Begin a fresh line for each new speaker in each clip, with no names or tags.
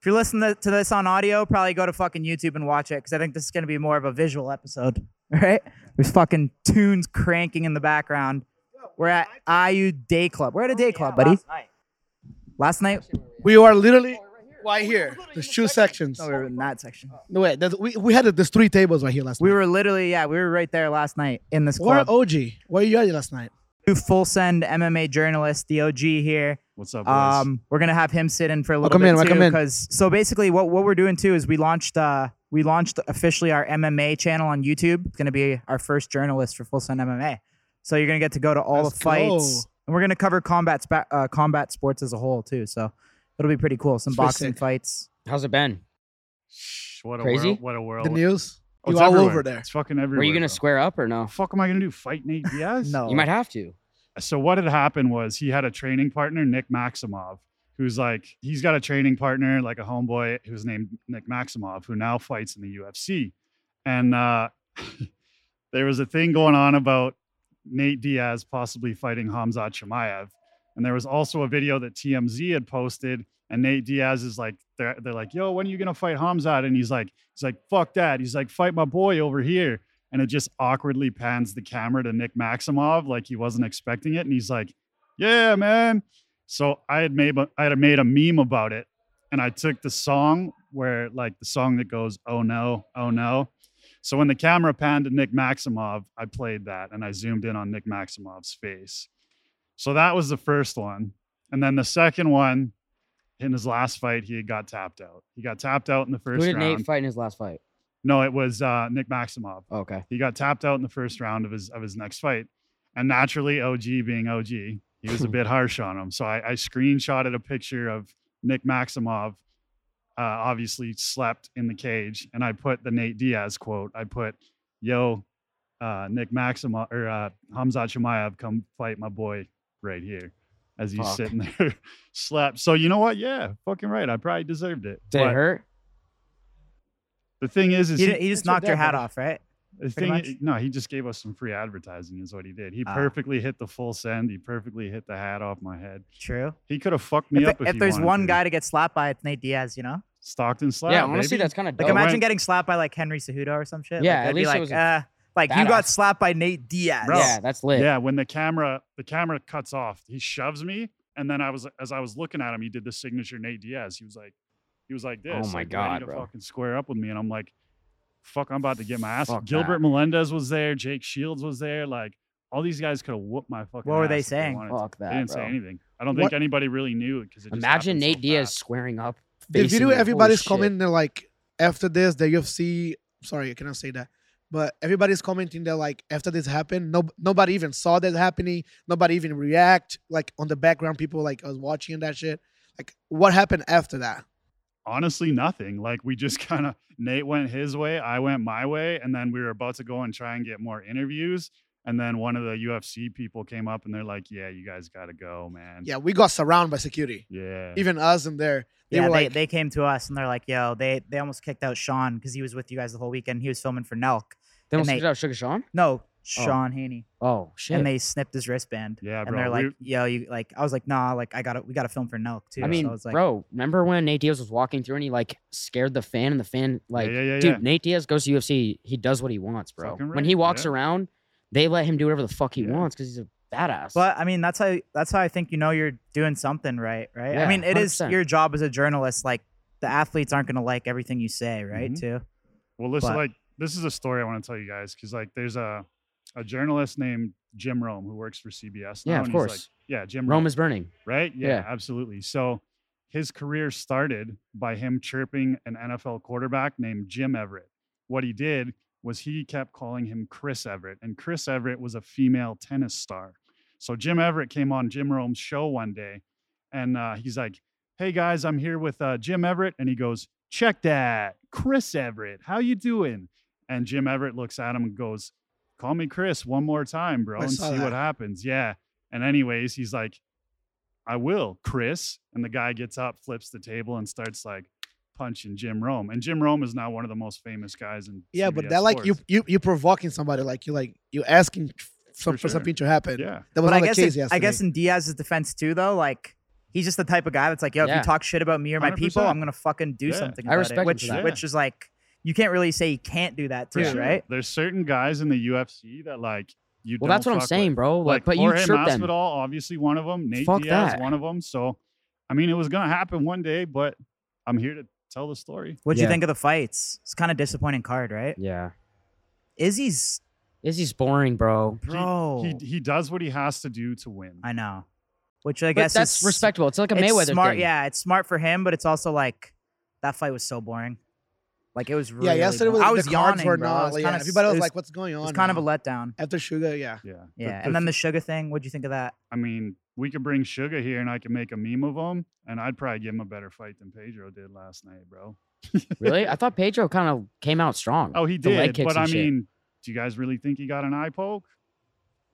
If you're listening to this on audio, probably go to fucking YouTube and watch it because I think this is going to be more of a visual episode. All right? There's fucking tunes cranking in the background. We're at IU Day Club. We're at a day club, buddy. Last night,
We are literally right here. There's two sections.
no, we were in that section.
No, wait, there's- we, we had uh, there's three tables right here last
We
night.
were literally, yeah, we were right there last night in this
Where
club.
OG? Where you at last night?
Two full send MMA journalist, the OG here.
What's up, boys?
Um, we're gonna have him sit in for a little
Welcome
bit
in, welcome
too,
in.
because so basically what what we're doing too is we launched uh we launched officially our MMA channel on YouTube. It's gonna be our first journalist for Full Sun MMA. So you're gonna get to go to all
Let's
the fights,
go.
and we're gonna cover combat spa- uh, combat sports as a whole too. So it'll be pretty cool. Some
It's pretty
boxing
sick.
fights.
How's it been?
Shh, what a
Crazy?
world! What a world!
The news?
Oh,
you
it's
all
everywhere.
over there.
It's fucking everywhere.
Were you gonna
bro.
square up or no?
Fuck am I gonna do? Fight Nate Diaz?
No,
You might have to.
So what had happened was he had a training partner, Nick Maximov, who's like he's got a training partner, like a homeboy who's named Nick Maximov, who now fights in the UFC. And uh, there was a thing going on about Nate Diaz possibly fighting Hamzat Shemaev, and there was also a video that TMZ had posted. And Nate Diaz is like, they're, they're like, yo, when are you gonna fight Hamzat? And he's like, he's like, fuck that. He's like, fight my boy over here and it just awkwardly pans the camera to Nick Maximov, like he wasn't expecting it, and he's like, "Yeah, man." So I had made a- I had made a meme about it, and I took the song where like the song that goes, "Oh no, oh no." So when the camera panned to Nick Maximov, I played that and I zoomed in on Nick Maximov's face. So that was the first one, and then the second one, in his last fight, he got tapped out. He got tapped out in the
Who
first
did
round.
Nate fight in his last fight?
No, it was uh, Nick Maximov.
Oh, okay.
He got tapped out in the first round of his of his next fight, and naturally, OG being OG, he was a bit harsh on him. So I, I screenshotted a picture of Nick Maximov, uh, obviously slept in the cage, and I put the Nate Diaz quote. I put, "Yo, uh, Nick Maximov or uh, Hamzat Shemaev, come fight my boy right here." As he's
Fuck.
sitting there, slept. So you know what? Yeah, fucking right. I probably deserved it.
Did it
But
hurt?
the thing is, is
He,
he-
he just
That's what
knocked your
that
hat
was.
off, right?
the
pretty
thing,
much?
i- no, he just gave us some free advertising, is what he did. He
Ah.
perfectly hit the full send. He perfectly hit the hat off my head.
True.
He could have fucked me
If,
up. If,
if
he
there's
wanted
one
to.
guy to get slapped by, it's Nate Diaz. You know,
Stockton slap.
yeah, honestly,
baby.
that's kind of
like
dope.
imagine
went-
getting slapped by like Henry Cejudo or some shit.
Oh, Yeah,
like,
at
I'd be
least it
like,
was a
uh, like you got
badass.
slapped by Nate Diaz.
Bro.
Yeah, that's lit.
yeah. When the camera the camera cuts off, he shoves me, and then I was as I was looking at him, he did the signature Nate Diaz. He was like, he was like this.
Oh my
like, ready
God,
to
bro.
Fucking square up with me, and I'm like, fuck, I'm about to get my ass.
Fuck
Gilbert
that.
Melendez was there. Jake Shields was there. Like all these guys could have whooped my fucking.
What were they
ass if
saying?
wanted to.
Fuck that,
They didn't
bro.
say anything. I don't
What-
think anybody really knew it because it just
Imagine
happened so
Nate Diaz
fast.
squaring up.
The
facing
video
you. Holy
everybody's
shit.
commenting they're like after this the UFC sorry I cannot say that but everybody's commenting that like after this happened no nobody even saw that happening nobody even react like on the background people like was watching and that shit like what happened after that
Honestly, nothing. Like we just kind of Nate went his way, I went my way, and then we were about to go and try and get more interviews. And then one of the UFC people came up and they're like, "Yeah, you guys got to go, man."
yeah we got surrounded by security
Yeah.
even us in there they
yeah,
were
they,
like
they came to us and they're like, "Yo, they they almost kicked out Sean because he was with you guys the whole weekend. He was filming for Nelk.
They
And
almost
they-
took out Sugar Sean.
No, Sean Haney."
Oh shit!
And they snipped his wristband.
yeah,
and
bro.
they're
we-
like, "Yo, you like?" I was like, "Nah, like I got to We got to film for Nelk too."
I mean,
so I was like,
bro, remember when Nate Diaz was walking through and he like scared the fan and the fan like,
yeah, yeah,
dude,
yeah.
Nate Diaz goes to UFC, he does what he wants, bro.
Fucking
When he
right,
walks
yeah.
around, they let him do whatever the fuck he
Yeah.
wants because he's a badass.
But I mean, that's how that's how I think you know you're doing something right, right? I
Yeah,
mean, it is
100%.
your job as a journalist. Like the athletes aren't gonna like everything you say, right?
Mhm.
Too.
Well, this is
But-
like this is a story I want to tell you guys because like there's a a journalist named Jim Rome who works for CBS.
Yeah,
now,
of
and he's like-
course.
yeah, Jim Rome
Rome is burning.
right? Yeah,
Yeah.
absolutely. So his career started by him chirping an NFL quarterback named Jim Everett. What he did was he kept calling him Chris Everett, and Chris Everett was a female tennis star. So Jim Everett came on Jim Rome's show one day, and uh, he's like, "Hey guys, I'm here with uh, Jim Everett," and he goes, "Check that, Chris Everett. How you doing?" And Jim Everett looks at him and goes, "Call me Chris one more time, bro,
I
and see
saw
what
that.
happens." Yeah. And anyways, he's like, I will, Chris. And the guy gets up, flips the table, and starts like punching Jim Rome. And Jim Rome is now one of the most famous guys in
yeah but
CBS
that like you
sports.
you you provoking somebody like you like you asking for, for,
For sure.
something to happen
yeah
that was
But I
not the
guess
case
it- I
yesterday
guess in Diaz's defense too, though, like he's just the type of guy that's like, yo, if
Yeah.
you talk shit about me or my people,
100%.
I'm gonna fucking do
Yeah.
something.
I
About
respect
it,
him
which
for that.
which is like you can't really say you can't do that too,
For sure.
right?
There's certain guys in the UFC that like you.
Well,
don't
that's what I'm
fuck
saying,
with.
bro. Like, but you
Jorge
chirp
Masvidal,
them.
obviously one of them. Nate
Fuck
Diaz,
that.
one of them. So, I mean, it was gonna happen one day, but I'm here to tell the story.
What'd you
Yeah.
think of the fights? It's kind of disappointing card, right?
Yeah,
Izzy's
Izzy's boring, bro.
He-
bro.
He he does what he has to do to win.
I know. Which I
but
guess
that's
is,
respectable. It's like a
it's
Mayweather
smart,
thing.
yeah, it's smart for him, but it's also like that fight was so boring. Like it was really
yeah, yesterday was,
boring. I was
the
yawning,
cards were
bro.
not.
It was
yeah,
kinda s-
everybody
it
was,
was-
like, "What's going on?"
It's kind of a
now?
letdown.
after Sugar. Yeah,
Yeah. The-
Yeah, and then the
the-
sugar thing. What'd you think of that?
I mean, we could bring Sugar here, and I could make a meme of him, and I'd probably give him a better fight than Pedro did last night, bro.
really? I thought Pedro kind of came out strong.
Oh, he
The leg
did,
kicks
but I
and shit.
mean, do you guys really think he got an eye poke?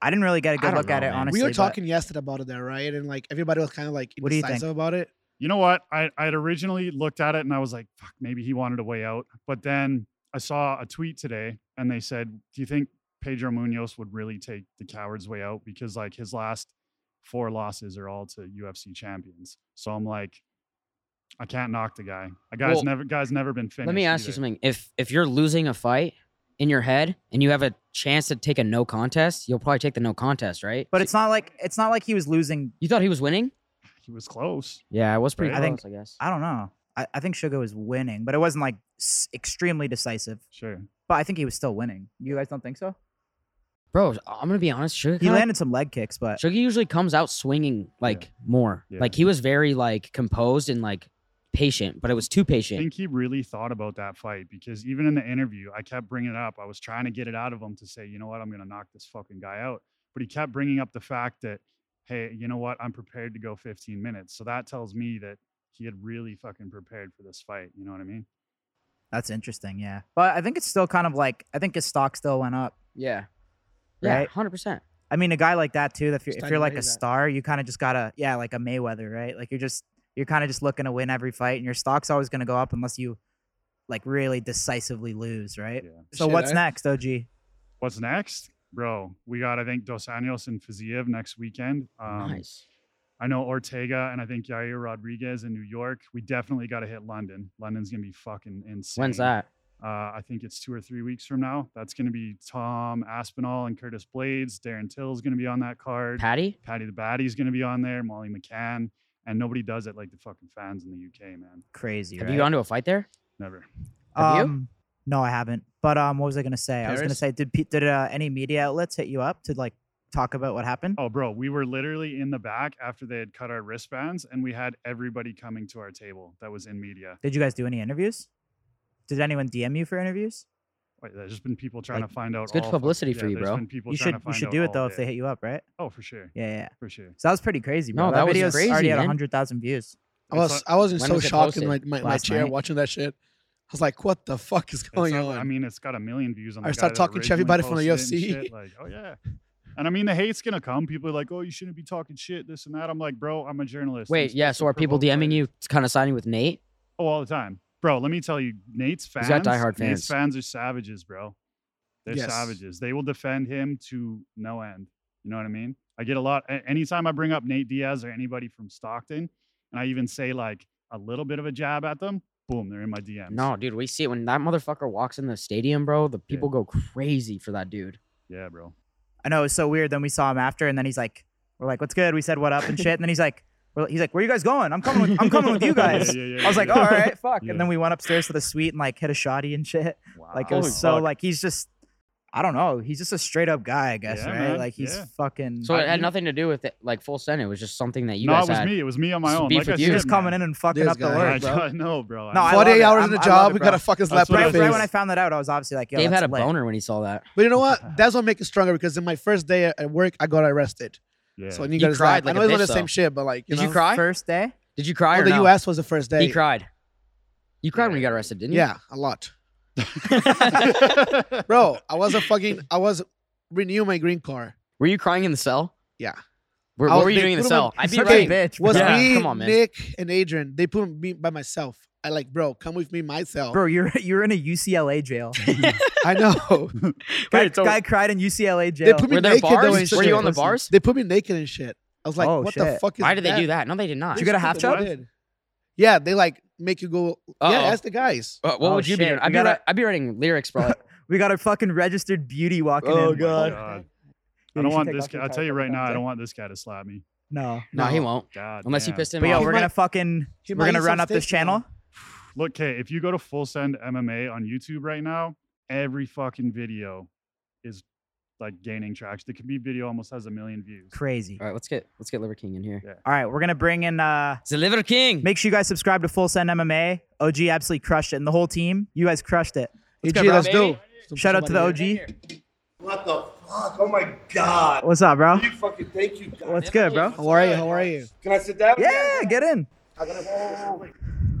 I didn't really get a
I
good
don't
look at
know,
it,
man.
honestly.
we were
but-
talking yesterday about it there, right? And like everybody was kind of like
What do you
indecisive
think?
about it.
You know what? I I had originally looked at it and I was like, fuck, maybe he wanted a way out. But then I saw a tweet today and they said, Do you think Pedro Munoz would really take the coward's way out? Because like his last four losses are all to UFC champions. So I'm like, I can't knock the guy. A guy's
Well,
never guy's never been finished.
Let me ask you
either.
something. If if you're losing a fight in your head and you have a chance to take a no contest, you'll probably take the no contest, right?
But
So-
it's not like it's not like he was losing.
you thought he was winning.
He was close.
Yeah, it was pretty
Right.
close,
I
I,
think-
guess.
I don't know. I, I think Sugar was winning, but it wasn't like s- extremely decisive.
Sure.
But I think he was still winning. You guys don't think so?
Bro, I'm gonna be honest. Sugar,
He
kinda-
landed some leg kicks, but
Sugar usually comes out swinging like more.
Yeah.
Like he was very like composed and like patient, but it was too
I
patient.
think he really thought about that fight because even in the interview, I kept bringing it up. I was trying to get it out of him to say, you know what, I'm going to knock this fucking guy out. But he kept bringing up the fact that, hey, you know what, I'm prepared to go 15 minutes. So that tells me that he had really fucking prepared for this fight. You know what I mean?
that's interesting. Yeah, but I think it's still kind of like I think his stock still went up.
yeah. Yeah,
Right?
hundred percent.
I mean, a guy like that too. If you're
Just
if you're
trying to
like a
raise that.
star, you kind of just gotta yeah, like a Mayweather, right? Like you're just you're kind of just looking to win every fight, and your stock's always gonna go up unless you like really decisively lose, right?
Yeah.
So
Shit,
what's
I-
next, OG?
What's next? Bro, we got, I think, Dos Anjos and Fiziev next weekend. Um,
nice.
I know Ortega and I think Yair Rodriguez in New York. We definitely got to hit London. London's going to be fucking insane.
When's that?
Uh, I think it's two or three weeks from now. That's going to be Tom Aspinall and Curtis Blades. Darren Till's going to be on that card.
Patty?
Patty the Baddie's going to be on there. Molly McCann. And nobody does it like the fucking fans in the UK, man.
Crazy,
Have
right?
you gone to a fight there?
Never.
have you?
um, No, I haven't. But um, what was I gonna say? I was gonna
Paris?
say, did pe- did uh, any media outlets hit you up to like talk about what happened?
Oh, bro, we were literally in the back after they had cut our wristbands, and we had everybody coming to our table that was in media.
Did you guys do any interviews? Did anyone DM you for interviews?
Wait, there's just been people trying
Like,
to find out.
it's good
all
publicity
fucking-
for
yeah,
you,
there's
bro.
been people
You
trying
should
to
you
find
should
out
do it
all
though if
day.
they hit you up, right?
Oh, for sure,
Yeah, yeah.
for sure.
So that was pretty crazy, bro.
No, that was
video's
crazy,
already at
man.
100,000 views.
I
It's
was I was in
When
so
was it
shocked in my
posted?
my, my
Last
chair
night?
watching that shit. I was like, "What the fuck is
It's
going
not-
on?"
I mean, it's got a million views on.
Oh, I
the
start
guy that
talking to
originally
everybody from the
posted it and
UFC.
shit, Like, oh yeah, and I mean the hate's gonna come. People are like, oh, you shouldn't be talking shit, this and that. I'm like, bro, I'm a journalist. I'm
Wait, yeah.
supposed
So
to
are people
promote
DMing
fighters."
you kind of siding with Nate?
Oh, all the time, bro. Let me tell you, Nate's fans.
He's got diehard
Nate's
fans.
fans are savages, bro. They're
Yes.
savages. They will defend him to no end. You know what I mean? I get a lot. a- Anytime I bring up Nate Diaz or anybody from Stockton, and I even say like a little bit of a jab at them, boom, they're in my DMs.
No, dude, we see it when that motherfucker walks in the stadium, bro. The people go crazy for that dude.
Yeah, bro.
I know it was so weird. Then we saw him after, and then he's like, "We're like, what's good?" We said, "What up?" and shit. And then he's like, we're, "He's like, where you guys going? I'm coming. With, I'm coming with you
Yeah, yeah,
guys."
yeah,
I was
yeah,
like,
yeah.
"All right, fuck."
Yeah.
And then we went upstairs to the suite and like hit a shoddy and shit. Like it
Wow.
was so
Fuck.
like he's just, I don't know. He's just a straight up guy, I guess.
Yeah,
right?
man,
Like he's
yeah.
fucking.
So
I-
it had
you-
nothing to do with it, like full send. It was just something that you
no,
guys
it was
had.
me. It was me on my
Some
own.
beef
Like I
with you.
he
said,
was coming in
man.
and fucking
This
up the
guy.
work,
I,
bro.
I know, bro. I
No, I
know.
love
48
it.
hours
I'm-
in the
I love
job,
it,
we
bro.
got a fucking slap
That's
in
what
the
Right,
I
face.
right when I found that out, I was obviously like, "Yo,
Dave
that's
had a
lit.
boner when he saw that.
But you know what? That's what makes it stronger because in my first day at at work, I got arrested.
Yeah.
So I
You
need to
cried like
I
a
know it's not
bitch,
the same
though.
shit, but like, you
Did
know,
you cry?
First day,
Did you
Well,
cry or
Oh, the
no?
U.S. was the first day.
He cried. You cried when you got arrested, didn't you?
Yeah, a lot,
Bro,
bro. I was a fucking. I was renew my green card.
Were you crying in the cell?
Yeah.
Where,
I
what
was
were you
big-
doing in the
what am I-
cell? I'd be
Okay,
right.
bitch.
Was
Yeah.
me,
Come on, man.
Nick, and Adrian. They put me by myself. I like, bro, come with me myself.
bro, you're you're in a UCLA jail.
I know.
Guy,
Wait, so-
guy cried in UCLA
they
jail.
put me
Were there
naked though
bars?
and
Were
shit.
you on the
Listen,
bars?
They put me naked and shit. I was like,
Oh,
what the
shit.
fuck is
Why did
that?
they do that? No, they did not.
Did you get a half
People
chub?
did. Yeah, they like make you go. Yeah,
Uh-oh.
ask the guys.
Uh, what
Oh,
would you
shit,
be doing?
we
I'd, be
gotta-
wri- I'd be writing lyrics, bro.
We got a fucking registered beauty walking in.
Oh,
my
God.
Yeah,
I
you
don't
should
want
take
this
off
guy.
your
I'll
tie
tell you
a
right
couple
now, I
times,
don't
eh?
want this guy to slap me.
No.
no, he won't.
God.
Unless
damn.
you pissed him
But yo,
off.
we're
might-
gonna fucking
He
we're
might
gonna
eat
run
some
up this
steak now.
channel.
Look, Kate, if you go to Full Send MMA on YouTube right now, every fucking video is like gaining traction. The Khabib video almost has a million views.
Crazy.
All right, let's get let's get Liver King in here.
Yeah.
All right, we're gonna bring in. uh
It's the Liver King.
Make sure you guys subscribe to Full Send MMA. OG absolutely crushed it, and the whole team. You guys crushed it.
Hey,
Let's go,
G,
bro.
let's do.
baby.
Shout out to the
Somebody
OG.
What the fuck? Oh my god.
What's up, bro?
You fucking thank you. God.
What's good, bro?
How are you? How are you?
Can I sit down?
Yeah, get in.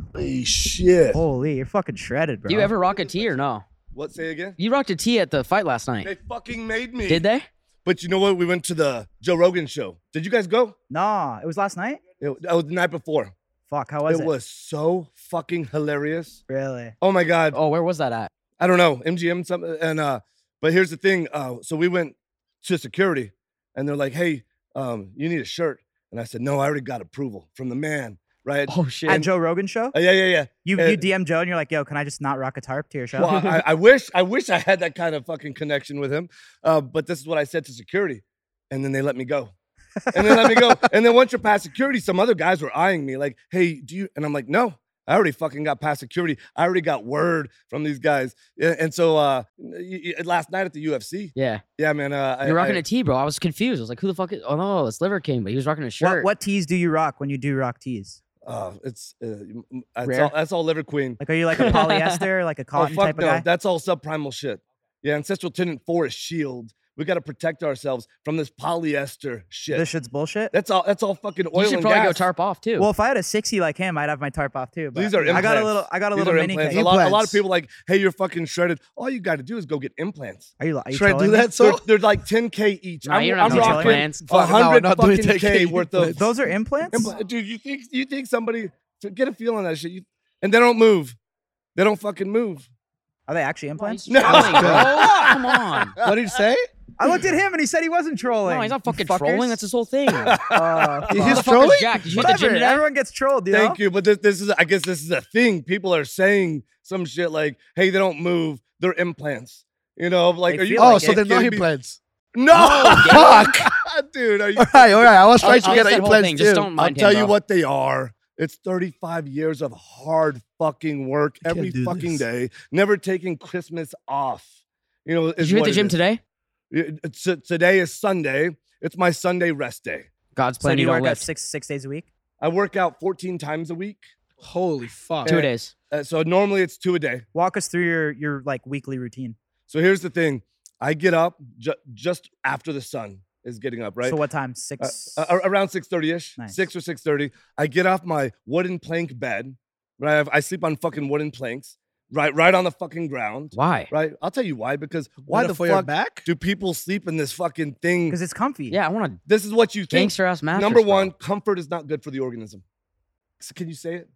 Holy shit.
Holy, you're fucking shredded, bro.
Do you ever rock a tee or no?
What say again?
You rocked a tee at the fight last night.
They fucking made me.
Did they?
But you know what? We went to the Joe Rogan show. Did you guys go?
No, it was last night.
It, that was the night before.
Fuck, how was it?
was so fucking hilarious.
really.
Oh my god.
Oh, where was that at?
I don't know, MGM something. And uh, but here's the thing. Uh, so we went to security, and they're like, "Hey, um, you need a shirt." And I said, "No, I already got approval from the man, right?"
Oh shit.
At Joe Rogan show,
Uh, yeah, yeah, yeah.
you
uh,
you DM Joe and you're like, "Yo, can I just not rock a tarp to your show?"
Well, I, I wish, I wish I had that kind of fucking connection with him. Uh, but this is what I said to security, and then they let me go. And they let me go. And then once you're past security, some other guys were eyeing me like, "Hey, do you?" And I'm like, "No." I already fucking got past security. I already got word from these guys. Yeah, And so uh, y- y- last night at the UFC,
yeah.
Yeah, man. Uh,
You're
I,
rocking
I,
a tee, bro. I was confused. I was like, who the fuck is oh no, it's Liver King, but he was rocking a
what
shirt.
what tees do you rock when you do rock tees?
uh, it's uh, m- m- that's
Rare.
all, that's all liver queen.
Like, are you like a polyester, like a
Oh
cotton
fuck
type
no,
of guy?
that's all subprimal shit. Yeah, ancestral tenant four is shield. E We got to protect ourselves from this polyester shit.
This shit's bullshit.
that's all. That's all fucking oil
You should
and
probably go
gas.
tarp off too.
Well, if I had a sixty like him, I'd have my tarp off too. But
These are
I got a little.
implants.
I got a
These
little
are
mini.
implants.
cake.
A lot, a lot of
Implants.
people like, hey, you're fucking shredded. All you got to do is go get implants.
Are you? Are you
Should I do
trolling me?
that?
They're,
So
they're like 10k each.
Nah,
I'm,
you don't
I'm
have no
rocking
implants.
Fuck Oh, no,
100
not doing
fucking
10K
k worth of
implants.
Those are implants.
Impl- Dude, you think you think somebody so get a feel on that shit, you, and they don't move. They don't fucking move.
Are they actually
Why
implants?
he's trolling,
No.
bro. Come on.
what did you say?
I looked at him and he said he wasn't trolling.
No, he's not
You
fucking
fuckers.
trolling. That's his whole thing.
Oh,
He's
fuck.
just
Motherfucker's
trolling?
Jacked. Did you hit the gym
Whatever.
today?
Everyone gets trolled, you know?
Thank you, but this this is I guess this is a thing. People are saying some shit like, "Hey, they don't move. They're implants." You know, like
They
are you?
feel
Oh,
like
so
it
they're not
kidding me?
implants.
No,
Fuck.
dude. Are you,
All right, all right. I was trying
I'll-
to get
I'll say the whole
implants
thing,
too.
just don't
I'll
mind him,
tell you
bro.
what they are. It's 35 years of hard fucking work
I can't
every
do
fucking
this.
day, never taking Christmas off. You know,
Did
is
you hit
what
the
it
gym
is.
today?
It- it's- today is Sunday. It's my Sunday rest day.
God's
So
plan.
do you
don't
work out
lift.
six six days a week?
I work out 14 times a week.
Holy fuck.
two days.
Uh, so normally it's two a day.
Walk us through your your like weekly routine.
So here's the thing I get up ju- just after the sun is getting up, right?
So what time?
Uh,
Six.
a- a- around 6.30 ish
Nice.
6 or 6.30 i get off my wooden plank bed right I've- i sleep on fucking wooden planks right right on the fucking ground
Why?
right i'll tell you why because why
Better
the
for your
fuck
back?
do people sleep in this fucking thing
Because it's comfy.
Yeah, I want a
this is what you think
gangster ass mattress.
number
bro.
one comfort is not good for the organism So can you say it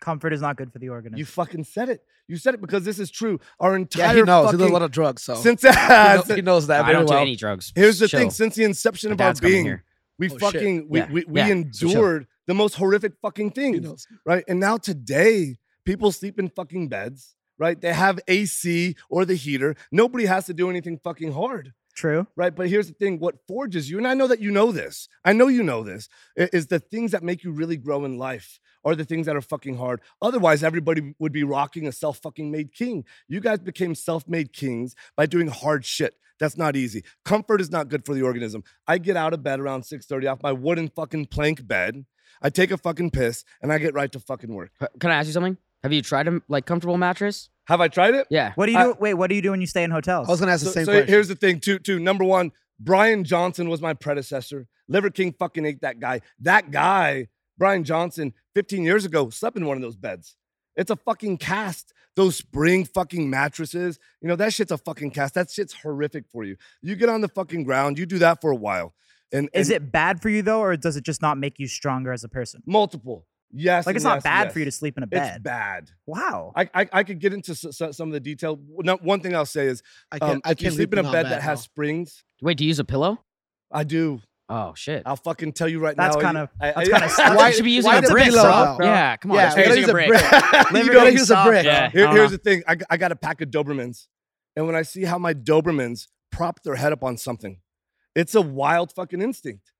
Comfort is not good for the organism.
you fucking said it you said it because this is true our
Yeah,
entire
he knows. He
fucking
does a lot of drugs, so
since
he, know- he knows that
I
very
don't do
well.
any drugs.
here's the
Chill.
thing since the inception
My
of our
dad's coming
being
here.
we
Oh, shit.
fucking we,
Yeah,
we, we
yeah, so chill.
endured the most horrific fucking
He
things
knows.
right? And now today, people sleep in fucking beds, right? They have AC or the heater. Nobody has to do anything fucking hard,
True.
right? But here's the thing what forges you, and I know that you know this, I know you know this, i- is the things that make you really grow in life are the things that are fucking hard. Otherwise, everybody would be rocking a self fucking made king. You guys became self made kings by doing hard shit. That's not easy. Comfort is not good for the organism. I get out of bed around 6:30 off my wooden fucking plank bed. I take a fucking piss and I get right to fucking work.
H- Can I ask you something? Have you tried a like comfortable mattress?
Have I tried it?
Yeah.
What do you
I-
do? Wait, what do you do when you stay in hotels?
I was gonna ask
So,
the same
so
question.
here's the thing, too. Too number one, Brian Johnson was my predecessor. Liver King fucking ate that guy. That guy, Brian Johnson, 15 years ago, slept in one of those beds. It's a fucking cast. Those spring fucking mattresses, you know that shit's a fucking cast. That shit's horrific for you. You get on the fucking ground. You do that for a while, and
is
and
it bad for you though, or does it just not make you stronger as a person?
multiple? Yes.
Like it's
and
not
yes and
bad for you to
yes.
sleep in a
It's
bed.
bad.
Wow.
I, I I could get into s- s- some of the detail. No, one thing I'll say is,
I
um,
can't. I
if you
can't
sleep in a bed that has springs,
Wait, do you use a pillow?
I do.
Oh shit.
I'll fucking tell you right
That's
now.
kind of-
I-
that's
I-
kind of
I think
why-
you should be using
why
a
the
brick,
pillow,
bro.
bro?
Yeah, come on.
Yeah,
you should be
gotta
using
use a
Liberty
you gotta use a
soft,
brick.
Yeah.
Here-
I don't
here's
know.
the thing. I, g- I got a pack of Dobermans, and when I see how my Dobermans prop their head up on something, it's a wild fucking instinct,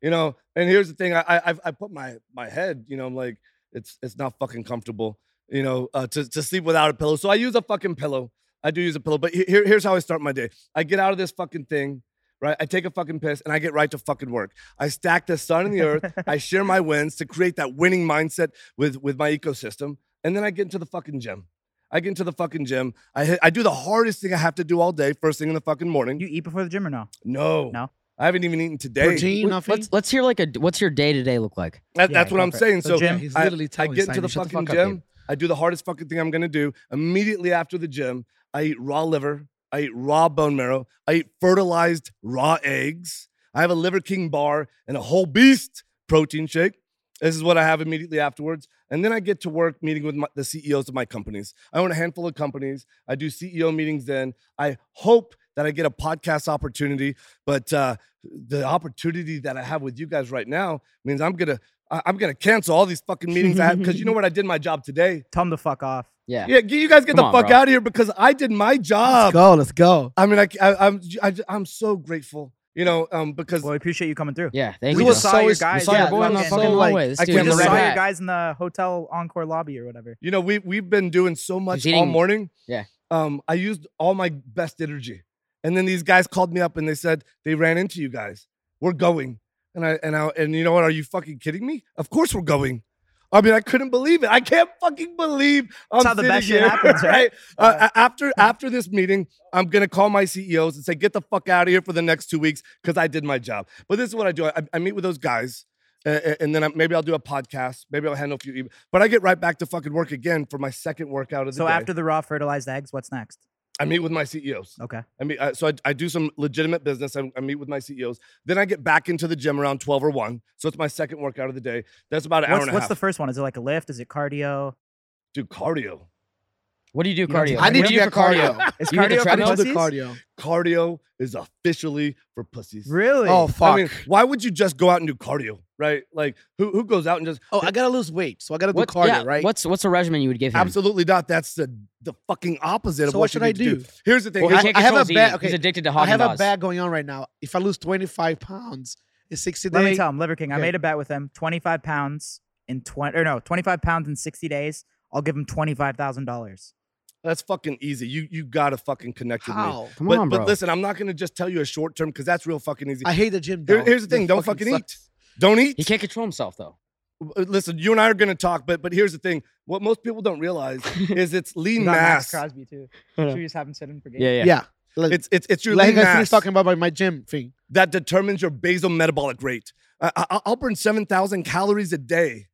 you know. And here's the thing. I I, I've- I put my my head. You know, I'm like, it's it's not fucking comfortable. You know, uh, to to sleep without a pillow. So I use a fucking pillow. I do use a pillow. But he- here, here's how I start my day. I get out of this fucking thing. Right, I take a fucking piss and I get right to fucking work. I stack the sun and the earth. I share my wins to create that winning mindset with with my ecosystem, and then I get into the fucking gym. I get into the fucking gym. I hit, I do the hardest thing I have to do all day, first thing in the fucking morning.
You eat before the gym or no?
no,
No.
I haven't even eaten today.
Protein, nothing.
Let's let's hear like a what's your day to day look like?
That-
Yeah,
that's what
go
I'm
for it.
saying.
So
So,
Jim,
I-
he's
I,
literally telling
get
Simon,
into the
shut the
fucking
fuck up,
gym. I do the hardest fucking thing I'm gonna do immediately after the gym. I eat raw liver. I eat raw bone marrow. I eat fertilized raw eggs. I have a Liver King bar and a whole beast protein shake. This is what I have immediately afterwards. And then I get to work meeting with my, the CEOs of my companies. I own a handful of companies. I do CEO meetings then. I hope that I get a podcast opportunity, but uh, the opportunity that I have with you guys right now means I'm gonna I- I'm gonna cancel all these fucking meetings I have because you know what I did my job today.
Tell him to fuck off.
Yeah.
Yeah, you guys
Come
get the
on,
fuck
bro.
out of here because I did my
Let's
job.
go. Let's go.
I mean, I, I I'm I, I'm so grateful, you know, um, because
Well, we appreciate you coming through.
Yeah. Thank
We
you.
were
bro.
just saw your guys.
saw your
yeah,
boy in the
fucking-
so,
fucking
like,
hallway. This
I
dude
we
can't
in the
just
red
saw your
hat.
guys in the hotel encore lobby or whatever.
you know we we've been doing so much all
eating-
morning.
yeah.
Um, I used all my best energy, and then these guys called me up and they said they ran into you guys. We're going, and I and I and you know what? Are you fucking kidding me? Of course we're going. I mean, I couldn't believe it. I can't fucking believe I'm
how the
sitting
best shit
here,
happens, right?
Uh, a- after after this meeting, I'm gonna call my CEOs and say, "Get the fuck out of here for the next two weeks," because I did my job. But this is what I do. I, I meet with those guys, uh, uh, and then I, maybe I'll do a podcast. Maybe I'll handle a few. emails. But I get right back to fucking work again for my second workout of the
So
day.
after Oh. the raw fertilized eggs, what's next?
I meet with my CEOs.
Okay.
I mean, uh, so I, I do some legitimate business. I, I meet with my CEOs. Then I get back into the gym around twelve or one. So it's my second workout of the day. That's about an hour
What's,
and a
what's
half.
the first one? Is it like a lift? Is it cardio?
do cardio.
What do you do
You know,
cardio?
I need to
What do you
get
do for cardio.
cardio.
Is
You hit the
cardio for
treadmill?
I do the
pussies?
cardio.
Cardio is officially for pussies.
Really?
Oh fuck.
I mean, why would you just go out and do cardio, right? Like, who who goes out and just
oh, I gotta lose weight, so I gotta do
What-
cardio,
yeah,
right?
What's what's a regimen you would give him?
absolutely not? That's the the fucking opposite of
So
what,
what should
you
I
need to
do?
Here's the thing.
Well, he
I-
can't
I have
control
a
his
bad-
eating.
okay,
He's addicted to Haagen-Dazs.
I have a bag going on right now. If I lose 25 pounds in 60
Let me
days,
tell him, Liver King. I
Okay.
made a bet with him: twenty-five pounds in twenty, or no, twenty-five pounds in sixty days. I'll give him twenty-five thousand dollars.
that's fucking easy. You you gotta fucking connect with me.
how?
Come
but
on, bro.
but listen, I'm not gonna just tell you a short term because that's real fucking easy.
I hate the gym.
Here-
Though.
here's the thing,
That
don't fucking eat. Don't eat.
he can't control himself though.
Uh, Listen, you and I are gonna talk, but but here's the thing. What most people don't realize is it's lean mass.
Crosby too.
Yeah.
Should we just have him sit in for games?
Yeah,
Yeah.
yeah.
Like,
It's it's it's your
like
lean
I
mass
finished talking about my, my gym thing.
that determines your basal metabolic rate. I, I, I'll burn seven thousand calories a day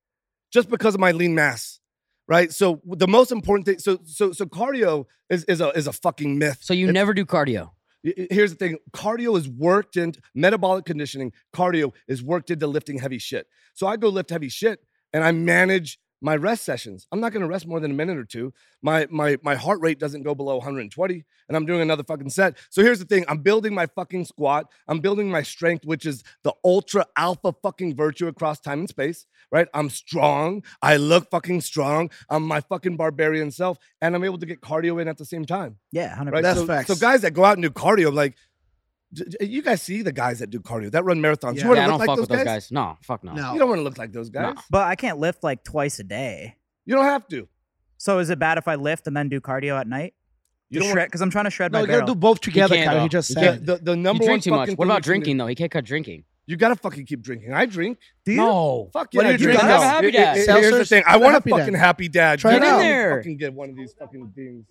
just because of my lean mass, right? So the most important thing, so so so cardio is is a is a fucking myth.
So you
It's-
never do cardio.
Y- y- Here's the thing cardio is worked into metabolic conditioning, cardio is worked into lifting heavy shit. So I go lift heavy shit and I manage my rest sessions. I'm not gonna rest more than a minute or two. My my my heart rate doesn't go below 120, and I'm doing another fucking set. So here's the thing: I'm building my fucking squat, I'm building my strength, which is the ultra alpha fucking virtue across time and space, right? I'm strong, I look fucking strong, I'm my fucking barbarian self, and I'm able to get cardio in at the same time
yeah, hundred
right?
percent.
That's
so,
facts.
so guys that go out and do cardio, like d- d- you guys see the guys that do cardio that run marathons.
Yeah.
You want
Yeah,
to
I don't
look like
fuck
those
with
guys?
those guys. No, fuck no.
No.
You don't want to look like those guys.
But I can't lift like twice a day.
You don't have to.
So is it bad if I lift and then do cardio at night?
You
To
don't
shred because I'm trying to shred
No,
my
you gotta
barrel.
do both together,
can't,
Kyle.
though.
He just
You
want,
said.
the, the, the
You
number one
drink too much.
fucking
What
thing
about
you can do-
drinking though? He can't cut drinking.
You gotta fucking keep drinking. I drink.
Do you?
No.
Fuck yeah,
What do
I
you
drink.
drink?
I-
Have a
happy
I- I-
dad.
Here's the
Seltzers?
thing. I
Have a
want a
happy dad.
fucking happy dad.
Try
Get
it
out
out.
and
There.
Fucking get one of these fucking things.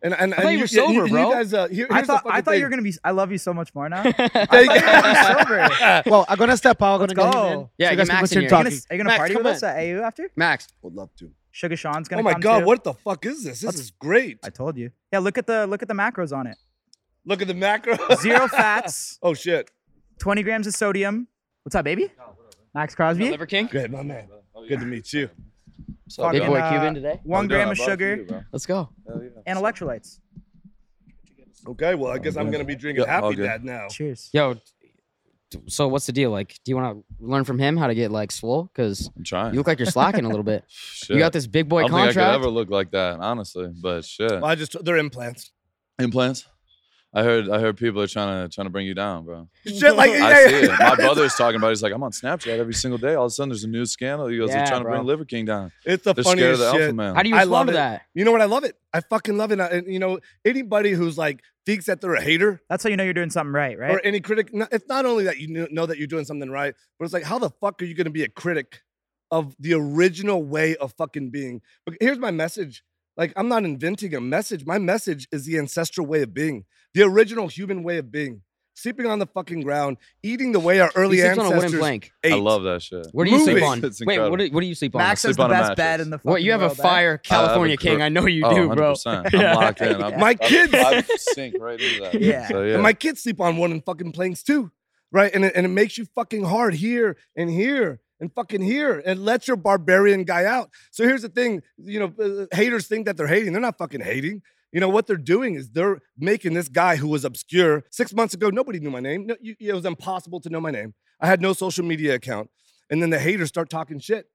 And and,
thought
and
you were
and
sober,
and
bro.
You guys, uh, here,
I
here's the
thought I
fucking
thought you
thing.
were gonna be. I love you so much more now. Are you
Thank
I thought you
you. sober.
Well, I'm gonna step out. I'm
Let's
gonna get him
go.
in.
Yeah,
so
get
you guys can
Max in
continue
here.
gonna,
talking.
are you gonna
Max,
party with
come
us at AU after?
Max,
Would love to.
Sugar Sean's gonna.
Oh my
come
god,
too.
what the fuck is this? This
Let's-
is great.
I told you. Yeah, look at the look at the macros on it.
Look at the macro.
Zero fats,
Oh shit.
20 grams of sodium. What's up, baby? Max Crosby.
Liver King.
Good, my man. Good to meet you.
Fucking,
Big boy
uh,
Cuban today.
One gram of sugar
Let's go.
and electrolytes.
Okay, well, I guess I'm gonna be drinking
Yeah, all
Happy
Oh.
good.
Dad now.
Cheers.
Yo, so what's the deal? Like, do you want to learn from him how to get like swole? Because
I'm trying.
you look like you're slacking a little bit.
Shit.
You got this big boy
I don't
contract.
think I could ever look like that, honestly. But shit,
Well, I just they're implants.
implants. I heard. I heard people are trying to trying to bring you down, bro.
Shit, like
I see it. My brother's talking about. It. He's like, I'm on Snapchat every single day. All of a sudden, there's a new scandal. He goes,
Yeah,
they're trying
bro.
to bring Liver King down.
It's the
They're scared of
funniest
the
shit.
Alpha Man.
How do you
I
respond
love
to
it.
that?
You know what? I love it. I fucking love it. I- And you know, anybody who's like thinks that they're a hater
That's how you know you're doing something right, right?
or any critic, no- it's not only that you kn- know that you're doing something right, but it's like, how the fuck are you going to be a critic of the original way of fucking being? But here's my message. Like, I'm not inventing a message. My message is the ancestral way of being, the original human way of being. Sleeping on the fucking ground, eating the way our
He
early
sleeps on a
ancestors
wooden plank.
ate.
I love that shit.
Where do you sleep
Moving.
on?
It's
Wait, what
incredible.
do, what do you sleep on?
Max
Sleep
is the
on a
best
mattress.
bed in the fucking
what you have a
world, eh?
fire California
cro-
king? I know you
oh,
do, bro.
100%.
Yeah.
I'm locked in. I'm,
My
I'm-
kids-
I sink right into that.
Yeah.
So, yeah.
And my kids sleep on wooden fucking planes too, right? And it, and it makes you fucking hard here and here and fucking here and let your barbarian guy out. So here's the thing, you know, uh, haters think that they're hating. They're not fucking hating. You know what they're doing is they're making this guy who was obscure six months ago. Nobody knew my name. No, you- it was impossible to know my name. I had no social media account. And then the haters start talking shit,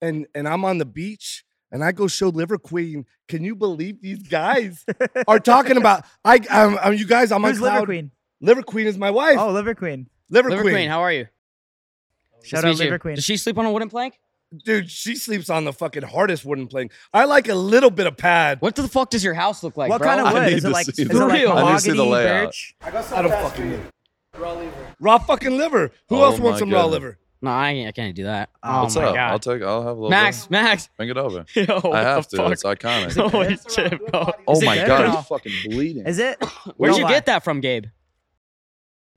and and I'm on the beach and I go show Liver Queen. Can you believe these guys are talking about? I um, um, you guys, I'm
Who's
on
Liver
cloud
Queen?
Liver Queen is my wife.
Oh, Liver Queen.
Liver,
Liver
Queen.
Queen, how are you?
Shout
Nice to
out
meet you.
Liver Queen.
Does she sleep on a wooden plank?
Dude, she sleeps on the fucking hardest wooden plank. I like a little bit of pad.
What the fuck does your house look like,
what
bro?
kind of
I
wood?
need
Is it
to
like, is
see
it
that.
like
I need to see the
mahogany,
layout.
birch?
I don't fucking know. Raw fucking liver. Who
Oh
else wants
my
some raw
goodness.
liver?
No, I, ain't- I can't do that.
Oh
What's
my
up?
god.
I'll take. I'll have a little.
Max,
bit.
Max.
bring it over.
Yo,
I
what
have
the
to.
fuck?
It's iconic.
Holy shit, bro.
Oh
it
my
good?
god,
No.
he's fucking bleeding.
Is it?
Where'd
No
you
lie.
get that from, Gabe?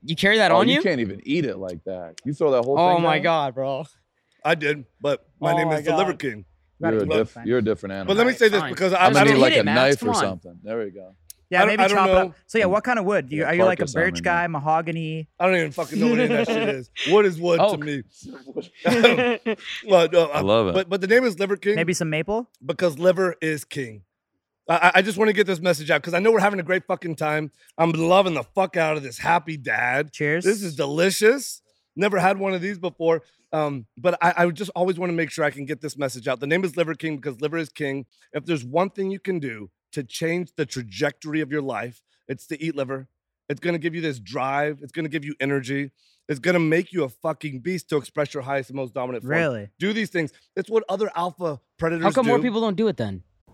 You carry that
Oh,
on you?
can't even eat it like that. You throw that whole thing.
Oh my
down?
god, bro.
I did, but my
Oh
name
my
is the Liver
God.
King.
Gotta
You're a,
eat it,
diff-
fine.
you're a different animal.
But let me say this
Fine.
because
I'm
I'm, I
gonna
do
need
Just
not
like
hit
a
it, Max,
knife
come
or
on.
something. There we go.
Yeah,
I don't-
maybe
I don't
chop it
know.
up. So yeah, what kind of wood? Do you,
Yeah,
are you like a
carcass on
birch
me,
guy,
man.
mahogany?
I don't even fucking know what any of that shit is. What is wood
Oh.
Oak.
to me? well, no, I,
I love it.
But uh, but the name is Liver King
Maybe some maple?
because liver is king. I- I, I just want to get this message out because I know we're having a great fucking time. I'm loving the fuck out of this happy dad.
Cheers.
This is delicious. Never had one of these before. Um, but I, I would just always want to make sure I can get this message out. The name is Liver King because liver is king. If there's one thing you can do to change the trajectory of your life, it's to eat liver. It's going to give you this drive. It's going to give you energy. It's going to make you a fucking beast to express your highest and most dominant form.
really.
Do these things. It's what other alpha predators
How come more
do.
people don't do it then?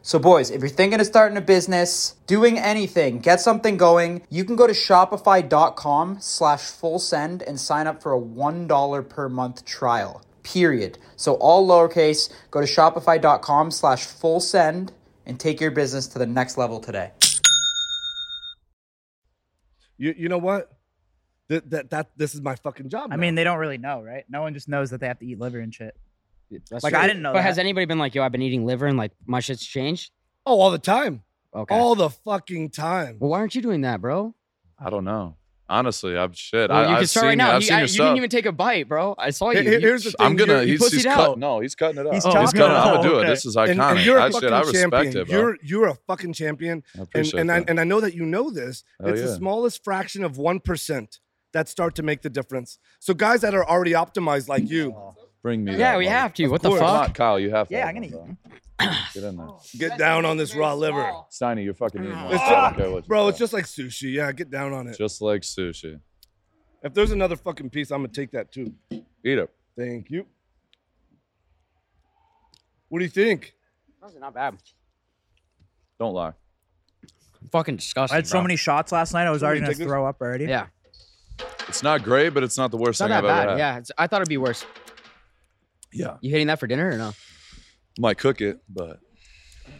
So, boys, if you're thinking of starting a business, doing anything, get something going, you can go to shopify.com slash full send and sign up for a $1 per month trial, period. So, all lowercase, go to shopify.com slash full send and take your business to the next level today.
You, you know what? That, that, that, this is my fucking job.
I
now.
mean, they don't really know, right? No one just knows that they have to eat liver and shit.
That's
Like,
true.
I didn't know
But
that.
has anybody been like, yo, I've been eating liver and like my shit's changed?
oh, all the time.
Okay.
All the fucking time.
well, why aren't you doing that, bro?
I don't know. Honestly, I'm shit.
Well,
I,
you
I've
can start right
seen-
now.
I've
You,
seen
I-
your
you
stuff.
didn't even take a bite, bro. I saw you.
Here- here-
You-
here's the thing.
I'm
you're-
gonna.
you
he's he's
pussied
cut.
out.
No, he's cutting it up.
He's
he's
chopping
cutting.
it
I
up.
would do it.
Okay.
This is
and,
iconic.
and you're a
I,
fucking
shit, I respect
champion.
it, bro.
You're you're a fucking champion,
I
and
appreciate
and I,
that.
and I know that you know this.
Hell
it's the
yeah.
smallest fraction of one percent that start to make the difference. So guys that are already optimized like you,
Bring me.
Yeah,
that
we
one.
have to. What the
Come on,
fuck?
Kyle, you have to.
Yeah,
have
I'm gonna
one, bro. Get in there.
get down on this raw liver.
Steiny, you're fucking eating. one.
It's
I don't
just,
care what you
bro, it's
say.
just like sushi. Yeah, get down on it.
just like sushi.
If there's another fucking piece, I'm gonna take that too.
Eat it.
Thank you. What do you think?
Those are Not bad.
Don't lie.
Fucking disgusting.
I had so
bro.
many shots last night. I was already gonna
Somebody take this?
throw up already.
Yeah,
It's not great, but it's not the worst
not
thing
that
I've
bad.
ever had.
Yeah, it's, I thought it'd be worse.
Yeah.
You hitting that for dinner or no?
Might cook it, but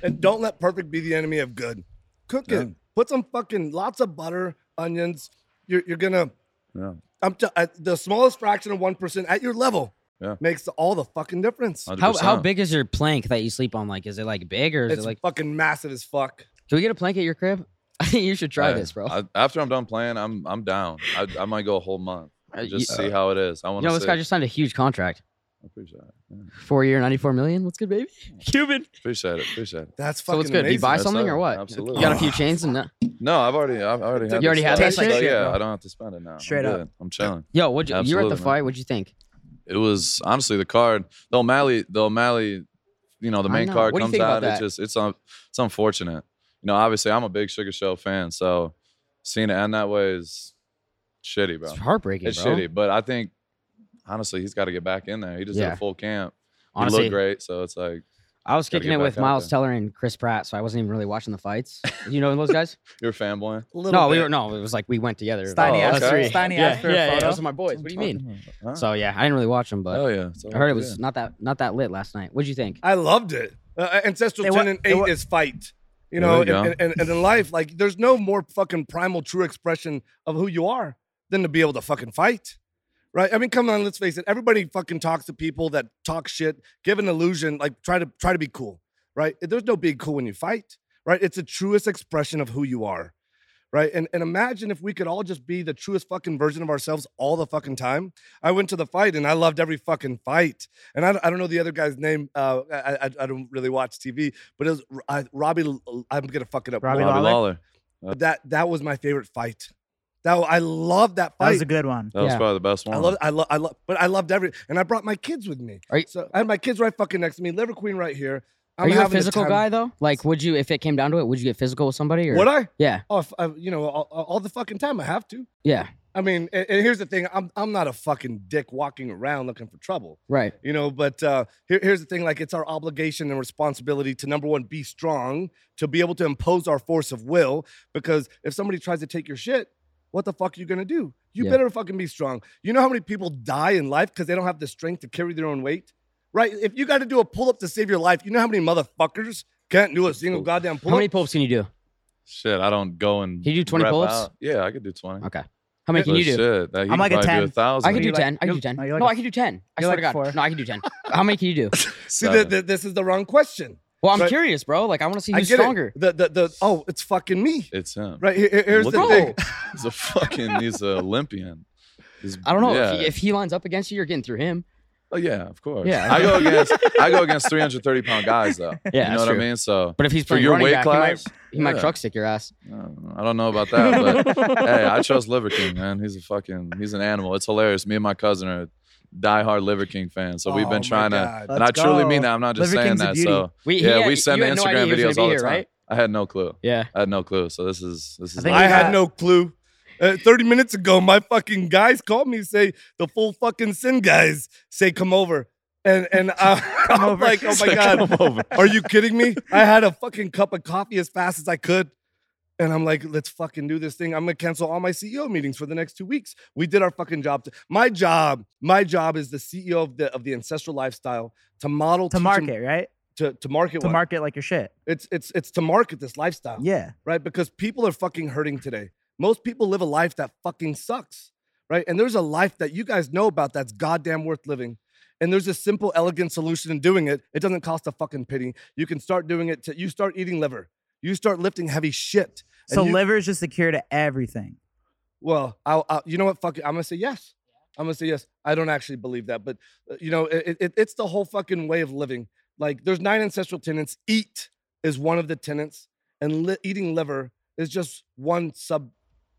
And don't let perfect be the enemy of good. Cook it.
Yeah.
Put some fucking lots of butter, onions. You're you're gonna.
yeah.
I'm t- uh, the smallest fraction of one percent at your level
Yeah.
makes all the fucking difference.
100%.
How how big is your plank that you sleep on? Like, is it like big or is
It's
it like?
fucking massive as fuck.
Can we get a plank at your crib? I think you should try
I-
this, bro.
I- after I'm done playing, I'm I'm down. I, I might go a whole month.
Uh,
Just
you-
see how it is. I
you
want to.
know, this guy just signed a huge contract,
appreciate it.
four year, ninety four million. What's good, baby? Cuban.
Appreciate it. Appreciate it.
That's fucking
So what's good? Do
amazing.
you buy
That's
something
it.
or what?
Absolutely.
You got a few chains and no-
No, I've already I've already had.
You
already
this
had
stuff,
that shit?
so yeah,
Bro.
I don't have to spend it now. I'm
Straight up.
good. I'm chilling.
Yo, what you, you were at
Absolutely,
the
man.
fight? What'd you think?
It was honestly the card. The O'Malley, the O'Malley, you know, the
I
main
know.
card
What do you
comes
think about
out. It's
that?
just it's un, it's unfortunate. You know, obviously I'm a big Sugar Show fan, so seeing it end that way is shitty, bro.
It's heartbreaking,
It's
bro.
shitty, but I think honestly he's got to get back in there. He just did
Yeah.
a full camp. he
Honestly,
looked great, so it's like
I was
Gotta
kicking
get
it with
back out
Miles
there.
Teller and Chris Pratt, so I wasn't even really watching the fights. You know those guys?
you're a fanboy.
no, we were no. It was like we went together.
Steiny
Oh,
asked,
okay.
for, Steiny
yeah,
asked for a
yeah, yeah,
photo.
those are my boys. What do you mean?
Huh?
So yeah, I didn't really watch them, but
Hell Oh, yeah! So
I heard it
yeah.
was not that not that lit last night. What'd you think?
I loved it. Uh, Ancestral
It wa-
10 and
it
8
wa-
is fight. You
There
know,
we
and,
go.
and, and, and in life, like, there's no more fucking primal, true expression of who you are than to be able to fucking fight. Right? I mean, come on, let's face it. Everybody fucking talks to people that talk shit, give an illusion, like, try to try to be cool. Right? There's no being cool when you fight. Right? It's the truest expression of who you are. Right. And, and imagine if we could all just be the truest fucking version of ourselves all the fucking time. I went to the fight and I loved every fucking fight and I, don't- I don't know the other guy's name. Uh, I, I I don't really watch TV, but it was R- I, Robbie. L- I'm gonna fuck it up.
Robbie
Bobby
Lawler.
Lawler.
But that that was my favorite fight. That I love that
That was
fight.
a good one.
That was
Yeah.
probably the best one.
I love I love I love. But I loved every. And I brought my kids with me.
Are you-
so I had my kids right fucking next to me. Liver Queen right here. I'm
Are you a
having the
physical
time-
guy though? Like, would you if it came down to it? Would you get physical with somebody? Or?
Would I?
Yeah,
Oh, if I, you know, all, all the fucking time. I have to.
yeah,
I mean, and, and here's the thing. I'm I'm not a fucking dick walking around looking for trouble.
right.
you know but uh, here, here's the thing like it's our obligation and responsibility to number one be strong to be able to impose our force of will because if somebody tries to take your shit what the fuck are you gonna do you
Yeah.
better fucking be strong you know how many people die in life because they don't have the strength to carry their own weight right if you got to do a pull-up to save your life you know how many motherfuckers can't do a single
Pull-
goddamn pull-up
How many pull-ups can you do?
Shit, I don't go and.
Can you do 20
rep
pull-ups?
out. Yeah, I could do twenty.
Okay, how many can you
But
do?
Shit, that, he
I'm
can
like a
probably
10.
Do a thousand.
I could do
You're like-
ten. I could do
you're-
ten.
no, you're
No,
like
I could do ten. I
you're like
swear to God.
four.
No, I could do ten. How many can you do?
see
Seven.
th- th- this is the wrong question
Well, I'm
But-
curious, bro. Like, I want to see
i
who's
get
stronger.
it the, the, the oh it's fucking me
It's him.
right here- here- here's
Look
the
at
thing
him. He's a fucking. He's an Olympian. He's-
I don't know
Yeah.
if, he, if he lines up against you, you're getting through him.
oh yeah, of course.
Yeah.
I go against. I go against 330 pound guys though.
Yeah,
you know
that's
what
true.
I mean. So
But if he's
For
playing
your
running
weight
back, he
class,
might, he might
yeah.
truck stick your ass.
I don't know. I don't know about that, but hey, I trust Liver King, man. He's a fucking. He's an animal. It's hilarious. Me and my cousin are diehard Liver King fans, so we've
Oh, my
been trying to.
God.
And I
Let's
truly
go.
mean that. I'm not just
Liver
saying
King's a
that.
beauty.
So
We, he
yeah,
had-
we send
you
the
had no
Instagram
idea he was
videos
gonna be
all the
here,
time.
right?
I had no clue.
Yeah.
I had no clue. So this is this is.
think
I
you
had
got-
no clue. Uh, 30 minutes ago, my fucking guys called me say the full fucking sin guys say come over. And and I, I'm
over.
like, oh my
Come
God,
over.
are you kidding me? I had a fucking cup of coffee as fast as I could. And I'm like, let's fucking do this thing. I'm gonna cancel all my CEO meetings for the next two weeks. We did our fucking job. My job, my job is the CEO of the of the ancestral lifestyle to model
To
teach 'em-
market, right?
to, to market
To
what?
market like your shit.
it's it's it's to market this lifestyle
Yeah.
right? Because people are fucking hurting today. Most people live a life that fucking sucks, right? And there's a life that you guys know about that's goddamn worth living. And there's a simple, elegant solution in doing it. It doesn't cost a fucking penny. You can start doing it. To, you start eating liver. You start lifting heavy shit. And
So
you-
liver is just the cure to everything.
Well, I'll, I'll, you know what? Fuck it. I'm gonna say yes. I'm gonna say yes. I don't actually believe that, but uh, you know, it, it, it's the whole fucking way of living. Like, there's nine ancestral tenants. Eat is one of the tenants, and li- eating liver is just one sub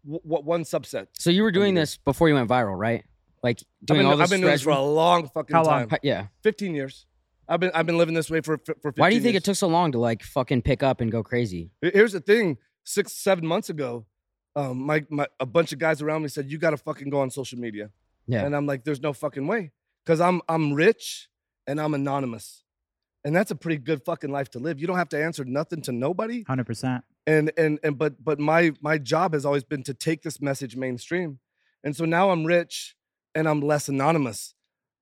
w- w- one subset.
So you were doing
do.
this before you went viral, right? Like doing
I've been,
all this.
I've been doing this for a
strategy-
long fucking
How long?
time.
Hi- Yeah.
15 years. I've been I've been living this way for for 15
Why do you think
years.
it took so long to like fucking pick up and go crazy?
Here- Here's the thing: six, seven months ago, um, my, my a bunch of guys around me said, "You got to fucking go on social media."
Yeah.
And I'm like, "There's no fucking way," because I'm I'm rich and I'm anonymous, and that's a pretty good fucking life to live. You don't have to answer nothing to nobody.
Hundred percent.
And and and but but my my job has always been to take this message mainstream, and so now I'm rich and I'm less anonymous,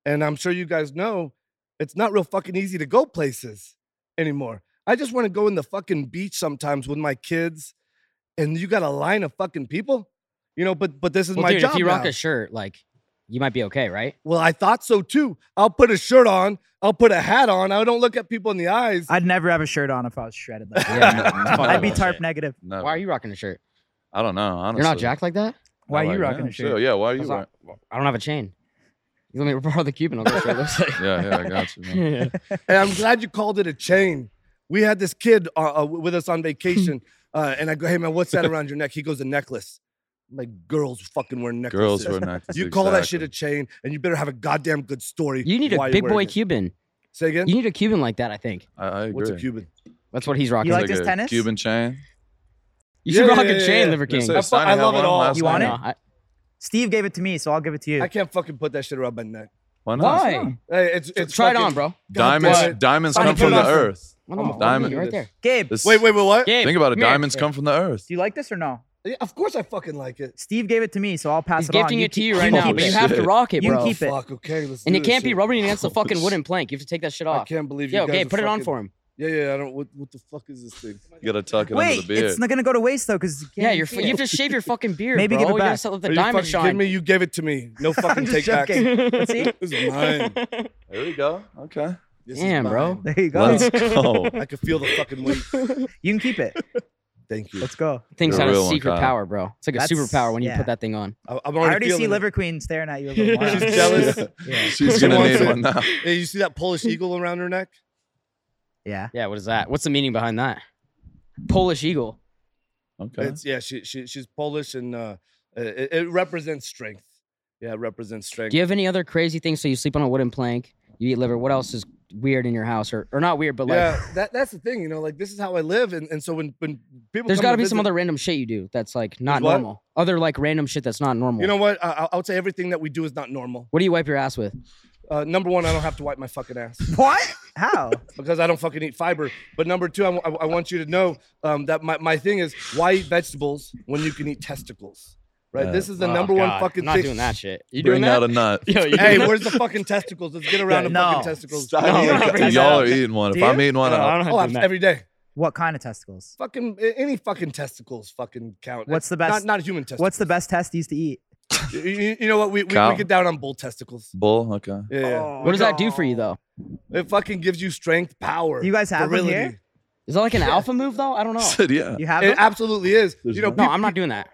and I'm sure you guys know it's not real fucking easy to go places anymore. I just want to go in the fucking beach sometimes with my kids, and you got a line of fucking people, you know. But but this is
Well,
my
dude,
job.
if you rock
now.
a shirt, like you might be okay, right?
well, I thought so too. I'll put a shirt on. I'll put a hat on. I don't look at people in the eyes.
I'd never have a shirt on if I was shredded like that.
Yeah. it's fucking
I'd be
bullshit.
tarp negative.
No,
Why are you rocking a shirt?
I don't know. Honestly,
You're not jacked like that.
Why
I'm
are you
like,
rocking
"Yeah,
a shirt?
chill. Yeah, why are you?
That's
Wearing?
not- I don't have a chain. You want me to borrow the Cuban? I'll go show this.
Yeah, yeah, I got you. Man.
and I'm glad you called it a chain. We had this kid uh, uh, with us on vacation, uh, and I go, "Hey man, what's that around your neck?" He goes, "A necklace." I'm like girls fucking wear necklaces.
Girls were necklaces.
You call that shit
exactly.
a chain, and you better have a goddamn good story.
You need a
why you're
big boy
wearing it.
Cuban.
Say again.
You need a Cuban like that. I think
I, I agree.
What's a Cuban?
that's what he's rocking.
You
It's
like this tennis?
Cuban chain.
You should
Yeah,
rock
yeah,
a
yeah,
chain,
yeah.
Liver King.
That's it.
I fu-
Sonny
I
had
love it
one
all.
last
You want
night.
it?
I-
Steve gave it to me, so I'll give it to you.
I can't fucking put that shit around my neck.
Why not?
Why?
Hey, it's it's
Try it
fucking-
on, bro.
God damn
Diamonds,
it.
diamonds
Sonny,
come
put it
from
on
the
for me.
earth.
Well,
I'm
no,
a
diamond.
Right there.
Gabe,
This-
Wait, wait, wait, what?
Gabe,
Think about it.
come here.
Diamonds
Here.
come from the earth.
do you like this or no?
Yeah, of course I fucking like it.
Steve gave it to me, so I'll pass
He's
it on.
gifting it to
keep-
you right
keep
now,
it.
but you have to
Shit.
rock it,
You
bro.
can keep it.
Fuck. Okay, let's
And
do
it
this
can't be
shit.
rubbing against the
Holy
fucking wooden plank. You have to take that shit
I
off.
can't believe you
Yo,
guys.
Gabe,
are
put it on
fucking-
for him.
Yeah, yeah. I don't. What, what the fuck is this thing?
You gotta tuck it
Wait,
under the beard.
it's not gonna go to waste though, because
Yeah, you're, f- you have to shave your fucking beard,
Maybe
bro.
give it
You gotta
back.
set- let the
Are you
diamond
fucking kidding
shine.
me? You gave it to me. No fucking
just
take back.
joking. See?
This is mine.
There we go. Okay.
This is
Damn, bro.
mine.
There you go.
Let's go.
I can feel the fucking weight.
You can keep it.
Thank you.
Let's go.
Thing's had
You're a
a
real one,
secret
Kyle.
power, bro. It's like a
That's-
superpower when you
yeah.
put that thing on.
I, am
I
already
already see
feeling
Liver Queen staring at you a little more.
She's jealous.
She's
She
gonna
wants
need
it.
one now.
It. Hey, you see that Polish eagle around her neck?
Yeah.
Yeah, what is that? What's the meaning behind that? Polish eagle.
Okay.
It's yeah. She, she she's Polish and uh, it, it represents strength. Yeah, it represents strength.
Do you have any other crazy things? So you sleep on a wooden plank, you eat liver. What else is weird in your house, or or not weird, but like
yeah, that, that's the thing. You know, like this is how I live, and, and so when when people
there's
come
got to
to
be some
visit-
other random shit you do that's like not
There's what?
normal. Other like random shit that's not normal.
You know what? I, I- I would say everything that we do is not normal.
what do you wipe your ass with?
Uh, number one, I don't have to wipe my fucking ass.
What? How?
because I don't fucking eat fiber. But number two, I wa- I- I want you to know um, that my, my thing is why eat vegetables when you can eat testicles, right?
Yeah.
this is the
Oh,
number one
God,
fucking
I'm not
thing.
doing that shit. You
Bring
doing that?
out a nut.
Yo, you
Hey,
doing
where's the fucking testicles? Let's get around the
No.
fucking testicles.
Stop
No,
eating
I'm not
it.
doing
Y'all
that.
are eating one. If
Do
I'm
you?
eating one,
that? No, I
I'll-
don't have
Oh,
to
I'm-
do that.
every day.
What kind of testicles?
Fucking a- any fucking testicles fucking count.
What's the
Not-
best-
Not, human testicles.
What's the best testes to eat?
You, you- you know what? We, we, we
Cow.
get down on bull testicles.
bull. Okay.
Yeah, yeah.
Oh.
Oh
What does that do for you though?
It fucking gives you strength, power.
Do you guys have them
virility.
here?
Is that like an alpha move though? I don't know.
Said yeah.
You have
It
them?
absolutely is.
There's
you know,
no-
No,
peop-
I'm not doing that.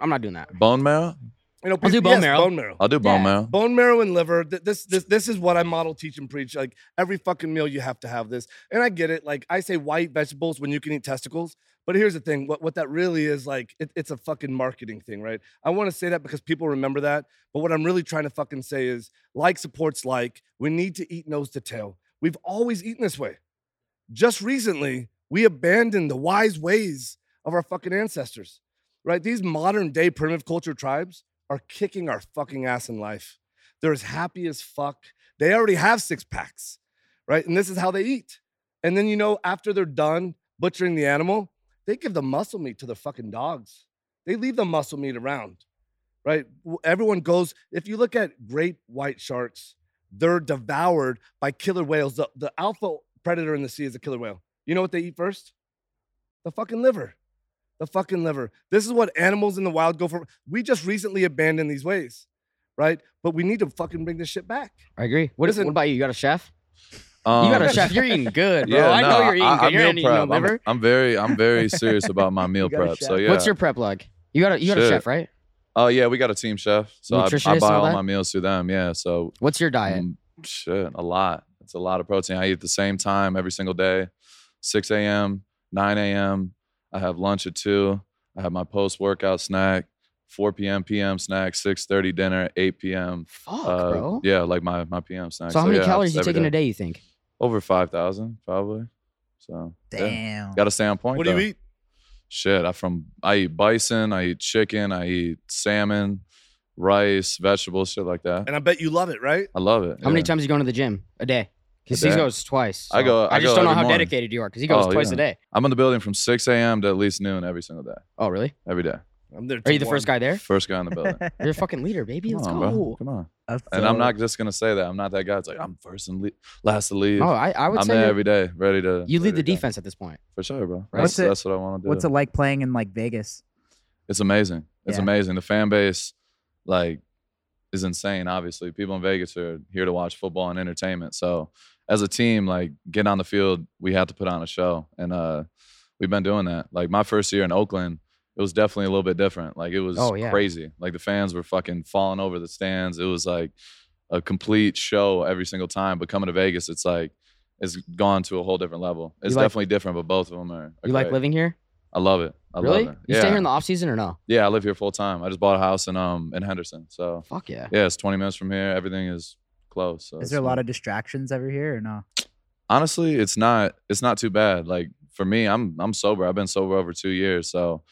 I'm not doing that.
Bone marrow.
you know,
I'll do
peop-
bone
yes,
marrow.
Bone marrow.
I'll do bone
Yeah.
marrow.
Bone marrow and liver. th- This this this is what I model, teach, and preach. Like every fucking meal, you have to have this. And I get it. Like I say, white vegetables when you can eat testicles. But here's the thing: what what that really is like, it, it's a fucking marketing thing, right? I want to say that because people remember that. But what I'm really trying to fucking say is, like supports like. We need to eat nose to tail. We've always eaten this way. Just recently, we abandoned the wise ways of our fucking ancestors, right? These modern day primitive culture tribes are kicking our fucking ass in life. They're as happy as fuck. They already have six packs, right? And this is how they eat. And then, you know, after they're done butchering the animal, they give the muscle meat to the fucking dogs. They leave the muscle meat around, right? W- Everyone goes, if you look at great white sharks, they're devoured by killer whales. The, the alpha predator in the sea is a killer whale. You know what they eat first? The fucking liver. The fucking liver. This is what animals in the wild go for. We just recently abandoned these ways, right? But we need to fucking bring this shit back.
I agree. What,
Listen-
what about you? You got a chef?
Um,
you got a chef. You're eating good, bro. I
no,
know you're eating
I,
good.
I
you're
meal
not eating
prep.
no
I'm-
liver.
I'm, very, I'm very serious about my meal
You got a
prep. So
chef.
yeah.
What's your prep like? You got a you got a
Shit.
chef, right?
Oh yeah, we got a team chef. So I,
Nutritionist
I
and
buy
all
all
that?
my meals through them. Yeah. So
What's your diet?
mm, shit, a lot. It's a lot of protein. I eat at the same time every single day, 6 a.m., 9 a.m. I have lunch at two. I have my post workout snack. 4 p.m. p.m. snack, 6:30 dinner, 8 p.m.
Fuck,
uh,
bro.
Yeah, like my my p.m. snack.
So how many
yeah,
calories
it's
you
every
taking a day? You think?
Over 5,000 probably. So yeah.
Damn.
Got to stay on point.
What do you
though.
eat?
Shit, I from I eat bison, I eat chicken, I eat salmon, rice, vegetables, shit like that.
And I bet you love it, right?
I love it.
How many
yeah.
times you going to the gym a day? Because
A
he
day?
goes twice.
I
so
go- I
I just
go
don't know how
every morning.
dedicated you are because he goes
Oh,
twice
yeah.
a day.
I'm in the building from 6 a.m. to at least noon every single day,
Oh, really?
every day.
I'm there.
Are
till
you the first
one.
guy there?
First guy in the building.
You're a fucking leader, baby.
Come
Let's
on,
go.
bro. Come on.
That's
And I'm
dope.
not just gonna say that. I'm not that guy. It's like I'm first and le- last to leave.
Oh, I, I would
I'm
say
there
you're-
every day, ready to.
you lead the
ready to go.
defense at this point.
for sure, bro.
Right?
That's,
What's it-
that's what I want to do.
What's it like playing in like Vegas?
It's amazing. It's
Yeah.
amazing. The fan base, like, is insane. Obviously, people in Vegas are here to watch football and entertainment. So, as a team, like, getting on the field, we have to put on a show, and uh, we've been doing that. Like my first year in Oakland, it was definitely a little bit different. Like it was
Oh, yeah.
crazy. Like the fans were fucking falling over the stands. It was like a complete show every single time. But coming to Vegas, it's like it's gone to a whole different level. It's
like-
definitely different, but both of them are. are
You like
great.
living here?
I love it. I
really?
love it.
You
yeah.
stay here in the off season or no?
Yeah, I live here full time. I just bought a house in um in Henderson. So
Fuck yeah.
yeah, it's 20 minutes from here. Everything is close. So
Is
it's
there a lot
not-
of distractions over here or no?
honestly, it's not it's not too bad. Like for me, I'm I'm sober. I've been sober over two years, so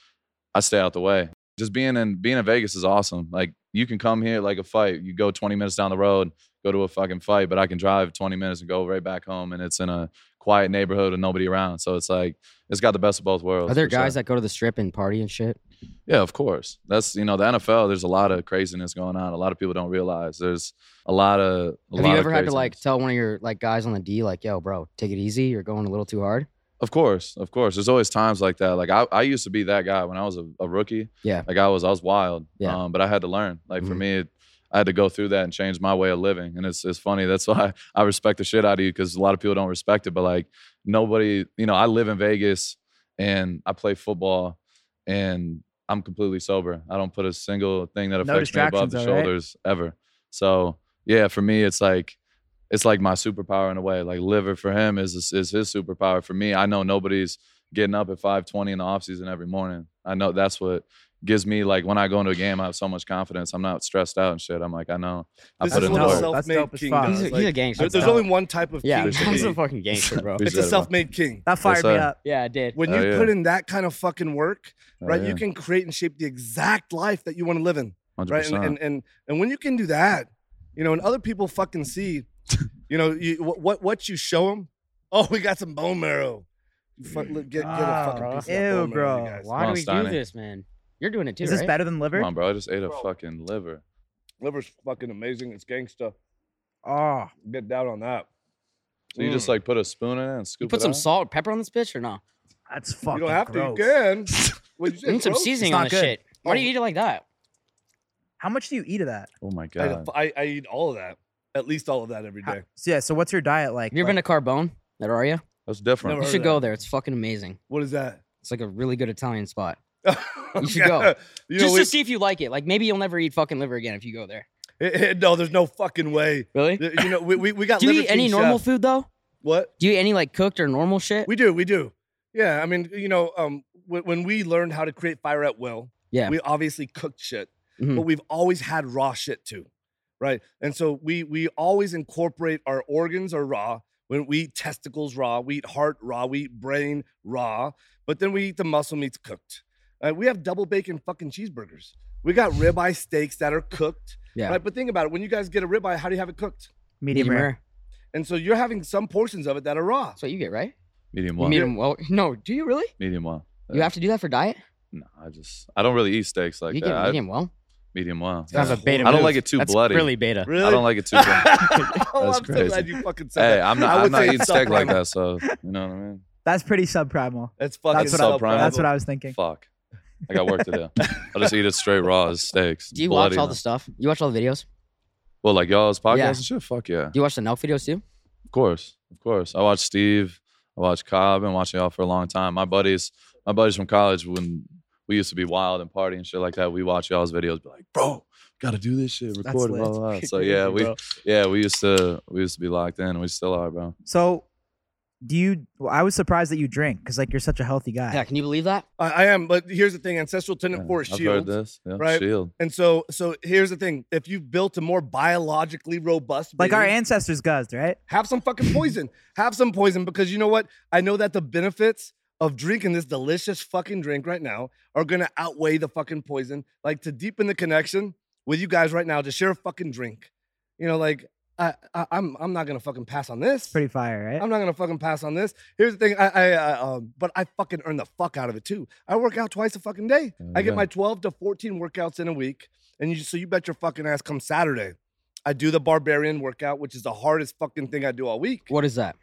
I stay out the way. Just being in being in Vegas is awesome. Like you can come here like a fight. You go 20 minutes down the road, go to a fucking fight, but I can drive 20 minutes and go right back home, and it's in a quiet neighborhood and nobody around. So it's like it's got the best of both worlds.
Are there
for sure.
guys that go to the strip and party and shit?
Yeah, of course. That's you know the NFL. There's a lot of craziness going on. A lot of people don't realize there's a lot of. A
Have
lot
you
of
ever had to
craziness.
like tell one of your like guys on the D like, yo, bro, take it easy. You're going a little too hard.
Of course, of course. There's always times like that. Like I, I used to be that guy when I was a, a rookie.
Yeah.
Like I was, I was wild.
Yeah.
Um, but I had to learn. Like for
Mm-hmm.
Mhm.
me, it, I had to go through that and change my way of living. And it's it's funny. That's why I respect the shit out of you because a lot of people don't respect it. But like nobody, you know, I live in Vegas and I play football and I'm completely sober. I don't put a single thing that
No
affects me above
distractions
the
though, right?
shoulders ever. So yeah, for me, it's like it's like my superpower in a way. Like liver for him is is his superpower. For me, I know nobody's getting up at five twenty in the off season every morning. I know that's what gives me like when I go into a game, I have so much confidence. I'm not stressed out and shit. I'm like, I know I
This
put
is
in
what
the
dope.
a
work.
That's
self-made
dope as
king
fuck.
does.
He's a,
Like,
he's a gangster.
there- there's
bro.
only one type of
yeah,
king. to
he's
be.
a fucking gangster, bro.
Appreciate
It's a
it, bro.
self-made king.
That fired me
sir.
up.
yeah, I did.
When
Oh,
you
yeah.
put in that kind of fucking work,
Oh,
right,
yeah.
you can create and shape the exact life that you want to live in, right?
100%.
And, and and and when you can do that, you know, and other people fucking see, you know, you what what, what you show them. Oh, we got some bone marrow. You fuck, look, get, get
Ah,
a fucking piece
ew,
of that bone marrow,
bro.
you guys.
Why do we
Steiny.
do this, man? You're doing it too,
Is this
right?
better than liver?
Come on, bro. I just ate a
Bro.
fucking liver.
Liver's fucking amazing. It's gangsta.
Oh,
Get down on that.
So you just
Mm.
like put a spoon in it and scoop
You put
it
some
out?
salt, and pepper on this bitch or no?
that's fucking
you don't have
gross.
to. You can. What'd you say,
I need some
gross?
seasoning
It's
on
not
this
good.
shit. Why
Oh.
do you eat it like that?
How much do you eat of that?
Oh my god.
I, I, I eat all of that. At least all of that every
How-
day.
so yeah, so what's your diet like?
Have you ever
Like-
been to Carbone? That are you?
That's different.
Never
You
heard
should
of
go
that.
there. It's fucking amazing.
What is that?
It's like a really good Italian spot.
you
should go.
You
Just
know,
to see if you like it. Like maybe you'll never eat fucking liver again if you go there.
we- eh, no, there's no fucking way.
Really?
You know, we, we, we got.
Do you
Liver
eat any
King
normal
chef.
food though?
What
Do you eat any like cooked or normal shit?
we do, we do. Yeah, I mean, you know, um, when, when we learned how to create fire at will,
Yeah.
we obviously cooked shit,
Mhm.
but we've always had raw shit too, right? And so we we always incorporate our organs are raw. When we eat testicles raw, we eat heart raw, we eat brain raw, but then we eat the muscle meats cooked. Uh, we have double bacon fucking cheeseburgers. We got ribeye steaks that are cooked.
yeah.
Right, but think about it. When you guys get a ribeye, how do you have it cooked?
medium, rare?
And so you're having some portions of it that are raw.
That's what you get, right?
Medium
You
well.
meet 'em well. No, do you really?
Medium well.
You have to do that for diet?
No, I just I don't really eat steaks like
you
that.
get
I-
medium well.
medium well.
That's
yeah.
a beta
I don't
move.
like it too
That's
bloody.
Really beta.
Really?
I don't like it too bloody.
oh,
That's
I'm so
crazy.
glad you fucking said
Hey,
that.
I'm
I
not,
would
I'm not
say
eating steak like
subprimal.
that, so you know what I mean?
That's pretty subprimal.
That's fucking
That's what I-
Subprimal.
That's what I was thinking.
Fuck. I got work to do. I'll just eat it straight raw as steaks.
Do you
Bloody
watch all
though.
the stuff? You watch all the videos?
Well, like y'all's podcast
Yeah.
and shit? Fuck yeah.
Do you watch the Nelk videos too?
Of course. Of course. I watch Steve. I watch Cobb. I've been watching y'all for a long time. My buddies, my buddies from college, when we used to be wild and party and shit like that, we watch y'all's videos, be like, bro, gotta do this shit, record it,
lit.
blah, blah, blah. So yeah, we yeah, we used to we used to be locked in and we still are, bro.
So do you? well, I was surprised that you drink because like you're such a healthy guy.
Yeah, can you believe that?
I, I am, but here's the thing: ancestral
Yeah,
tenant four is
I've heard
shield.
this. Yeah,
right?
Shield.
And so, so here's the thing: if you've built a more biologically robust,
Like our
being,
ancestors guzzed, right?
have some fucking poison. have some poison because you know what? I know that the benefits of drinking this delicious fucking drink right now are gonna outweigh the fucking poison. Like to deepen the connection with you guys right now, to share a fucking drink. You know, like I, I I'm I'm not gonna fucking pass on this.
Pretty fire, right?
I'm not gonna fucking pass on this. Here's the thing, I, I, I um, but I fucking earn the fuck out of it too. I work out twice a fucking day.
Oh,
I get
yeah.
my 12 to 14 workouts in a week, and you so you bet your fucking ass come Saturday. I do the barbarian workout, which is the hardest fucking thing I do all week.
What is that?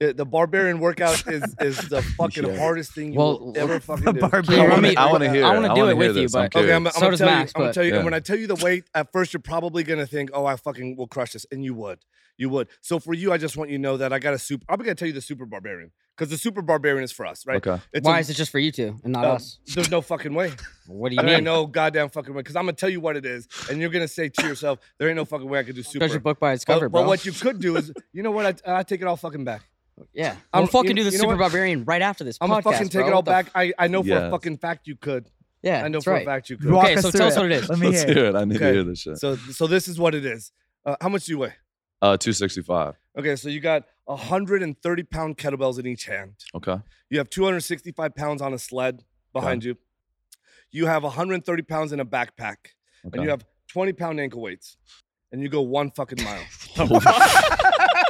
The, the barbarian workout is is the fucking
Yeah.
hardest thing you
Well,
will ever fucking do.
barbarian-
I
I
want
mean,
to. I want to hear.
I
it.
wanna do
wanna
it with
hear
you,
this.
but-
I'm
Okay,
Okay,
curious.
I'm, I'm
So
gonna
does
tell
Max,
you. I'm gonna
but-
tell you.
Yeah.
And when I tell you the weight, at first you're probably gonna think, "Oh, I fucking will crush this," and you would. You would. So for you, I just want you to know that I got a super. I'm gonna tell you the super barbarian because the super barbarian is for us, right?
Okay.
It's
Why
a-
is it just for you two and not
um,
us?
There's no fucking way.
What do you
There ain't
mean?
no goddamn fucking way. Because I'm gonna tell you what it is, and you're gonna say to yourself, "There ain't no fucking way I could do super."
Judge your book by its
but,
cover,
but
bro.
what you could do is, you know what? I, I take it all fucking back.
yeah,
I'm-
I'm fucking
you-
do the
you know
super
what?
barbarian right after this.
I'm
podcast,
gonna fucking take
bro.
it all
What the
back.
f-
I, I know for a
Yes.
fucking fact you could.
yeah,
I know
that's
for
right.
a fact you could.
Walk
Okay,
us
so
through
tell us what it is.
Let me
Let's
hear. it.
hear it. I need to
Okay.
hear this shit.
So so this is what it is. Uh, how much do you weigh?
Uh, 265.
Okay, so you got 130 pound kettlebells in each hand.
Okay.
You have 265 pounds on a sled behind you. You have 130 pounds in a backpack,
Okay.
and you have 20 pound ankle weights, and you go one fucking mile.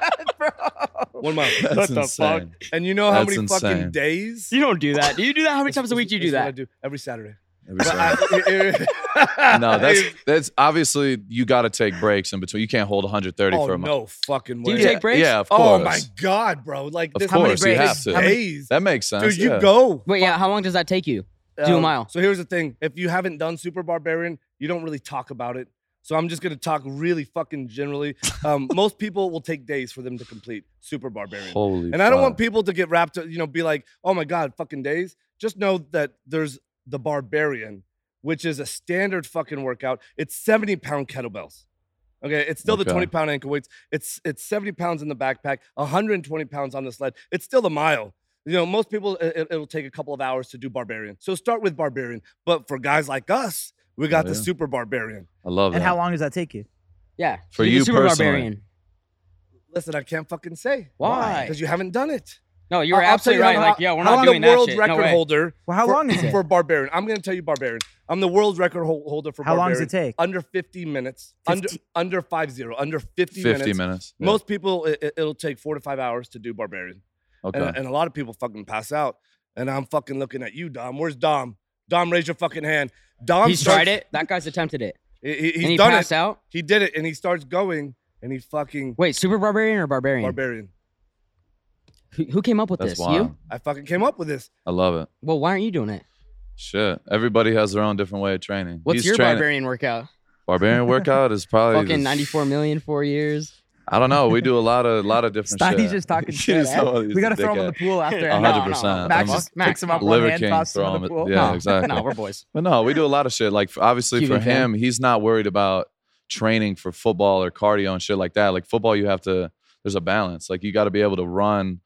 One mile.
That's
What the fuck?
insane.
And you know how
That's
many
insane.
fucking days?
You don't do that. Do you do that? How many
It's-
times a week
it's-
do you
it's
do
what I
that?
do every Saturday.
Every
But
Saturday.
I-
no, that's that's obviously you got to take breaks in between. You can't hold 130
oh
for a month.
no fucking
Do
way.
you
yeah,
take breaks?
Yeah, of
oh
course.
my god, bro! Like
Of
this,
course,
how many
you have
days?
to.
days?
That makes sense.
Dude, you
yeah.
go.
Wait, yeah. How long does that take you? Do a
Um,
mile.
So here's the thing: if you haven't done Super Barbarian, you don't really talk about it. So I'm just gonna talk really fucking generally. Um, most people will take days for them to complete Super Barbarian,
Holy.
and I don't want
fuck.
people to get wrapped, up, you know, be like, "Oh my god, fucking days." Just know that there's the Barbarian, which is a standard fucking workout. It's 70 pound kettlebells. Okay, it's still the
Okay.
20 pound ankle weights. It's it's 70 pounds in the backpack, 120 pounds on the sled. It's still the mile. You know, most people it, will take a couple of hours to do barbarian. So start with barbarian. But for guys like us, we got the
yeah.
super barbarian.
I love
And
that.
how long does that take you?
Yeah.
For
do the
you
super
personally.
barbarian.
Listen, I can't fucking say
Why?
because you haven't done it.
No, you were
I'll- I'll tell
absolutely
you
right.
how-
Like, yeah, we're
I'm
not doing
the
that
world
shit.
record
No way.
holder.
Well, how
for,
long is it?
for barbarian? I'm gonna tell you barbarian. I'm the world record hol- holder for
How long
barbarian.
does it take?
Under 50 minutes.
Fifty-
Under under five zero. Under 50,
50
minutes.
minutes. Yeah.
Most people, it, will take four to five hours to do barbarian,
Okay.
and, and a lot of people fucking pass out. And I'm fucking looking at you, Dom. Where's Dom? Dom, raise your fucking hand. Dom
He's
starts-
tried it. That guy's attempted it.
He, he- he's
and he
done
passed
it.
out.
He did it, and he starts going, and he fucking
Wait, super barbarian or barbarian?
barbarian.
who, who came up with
That's
this?
wild.
You?
I fucking came up with this.
I love it.
Well, why aren't you doing it?
Shit. Everybody has their own different way of training.
What's
He's
your
training.
barbarian workout?
Barbarian workout is probably
Fucking
the-
94 million, four years.
I don't know. We do a lot of lot of different shit.
Stoddy's just talking
He's
shit. eh?
always
We gotta
a
throw him in the
dickhead.
pool after.
No, no,
A
no.
hundred percent.
Max
Fuck.
just
Max.
picks him up one
Liver
hand,
King,
tosses him
throw
in the
him-
pool.
Yeah,
no,
exactly.
No, we're boys.
But no, we do a lot of shit. Like for- obviously
Cuban
for
fan.
him, he's not worried about training for football or cardio and shit like that. Like football, you have to. There's a balance. Like you got to be able to run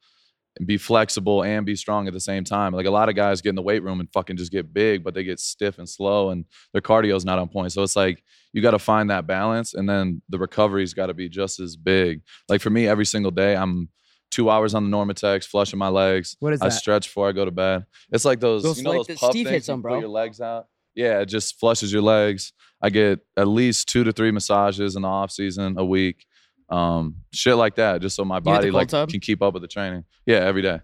and be flexible and be strong at the same time. Like a lot of guys get in the weight room and fucking just get big, but they get stiff and slow, and their cardio's not on point. So it's like you got to find that balance, and then the recovery's got to be just as big. Like for me, every single day, I'm two hours on the Normatex, flushing my legs.
What is
I
that?
stretch before I go to bed. It's like those,
Those
you know,
like
those
that
puff
Steve
things
hits
you
on,
put
bro.
your legs out. Yeah, it just flushes your legs. I get at least two to three massages in the off season a week, um, shit like that, just so my
the
body
cold
like
tub?
can keep up with the training. Yeah, every day,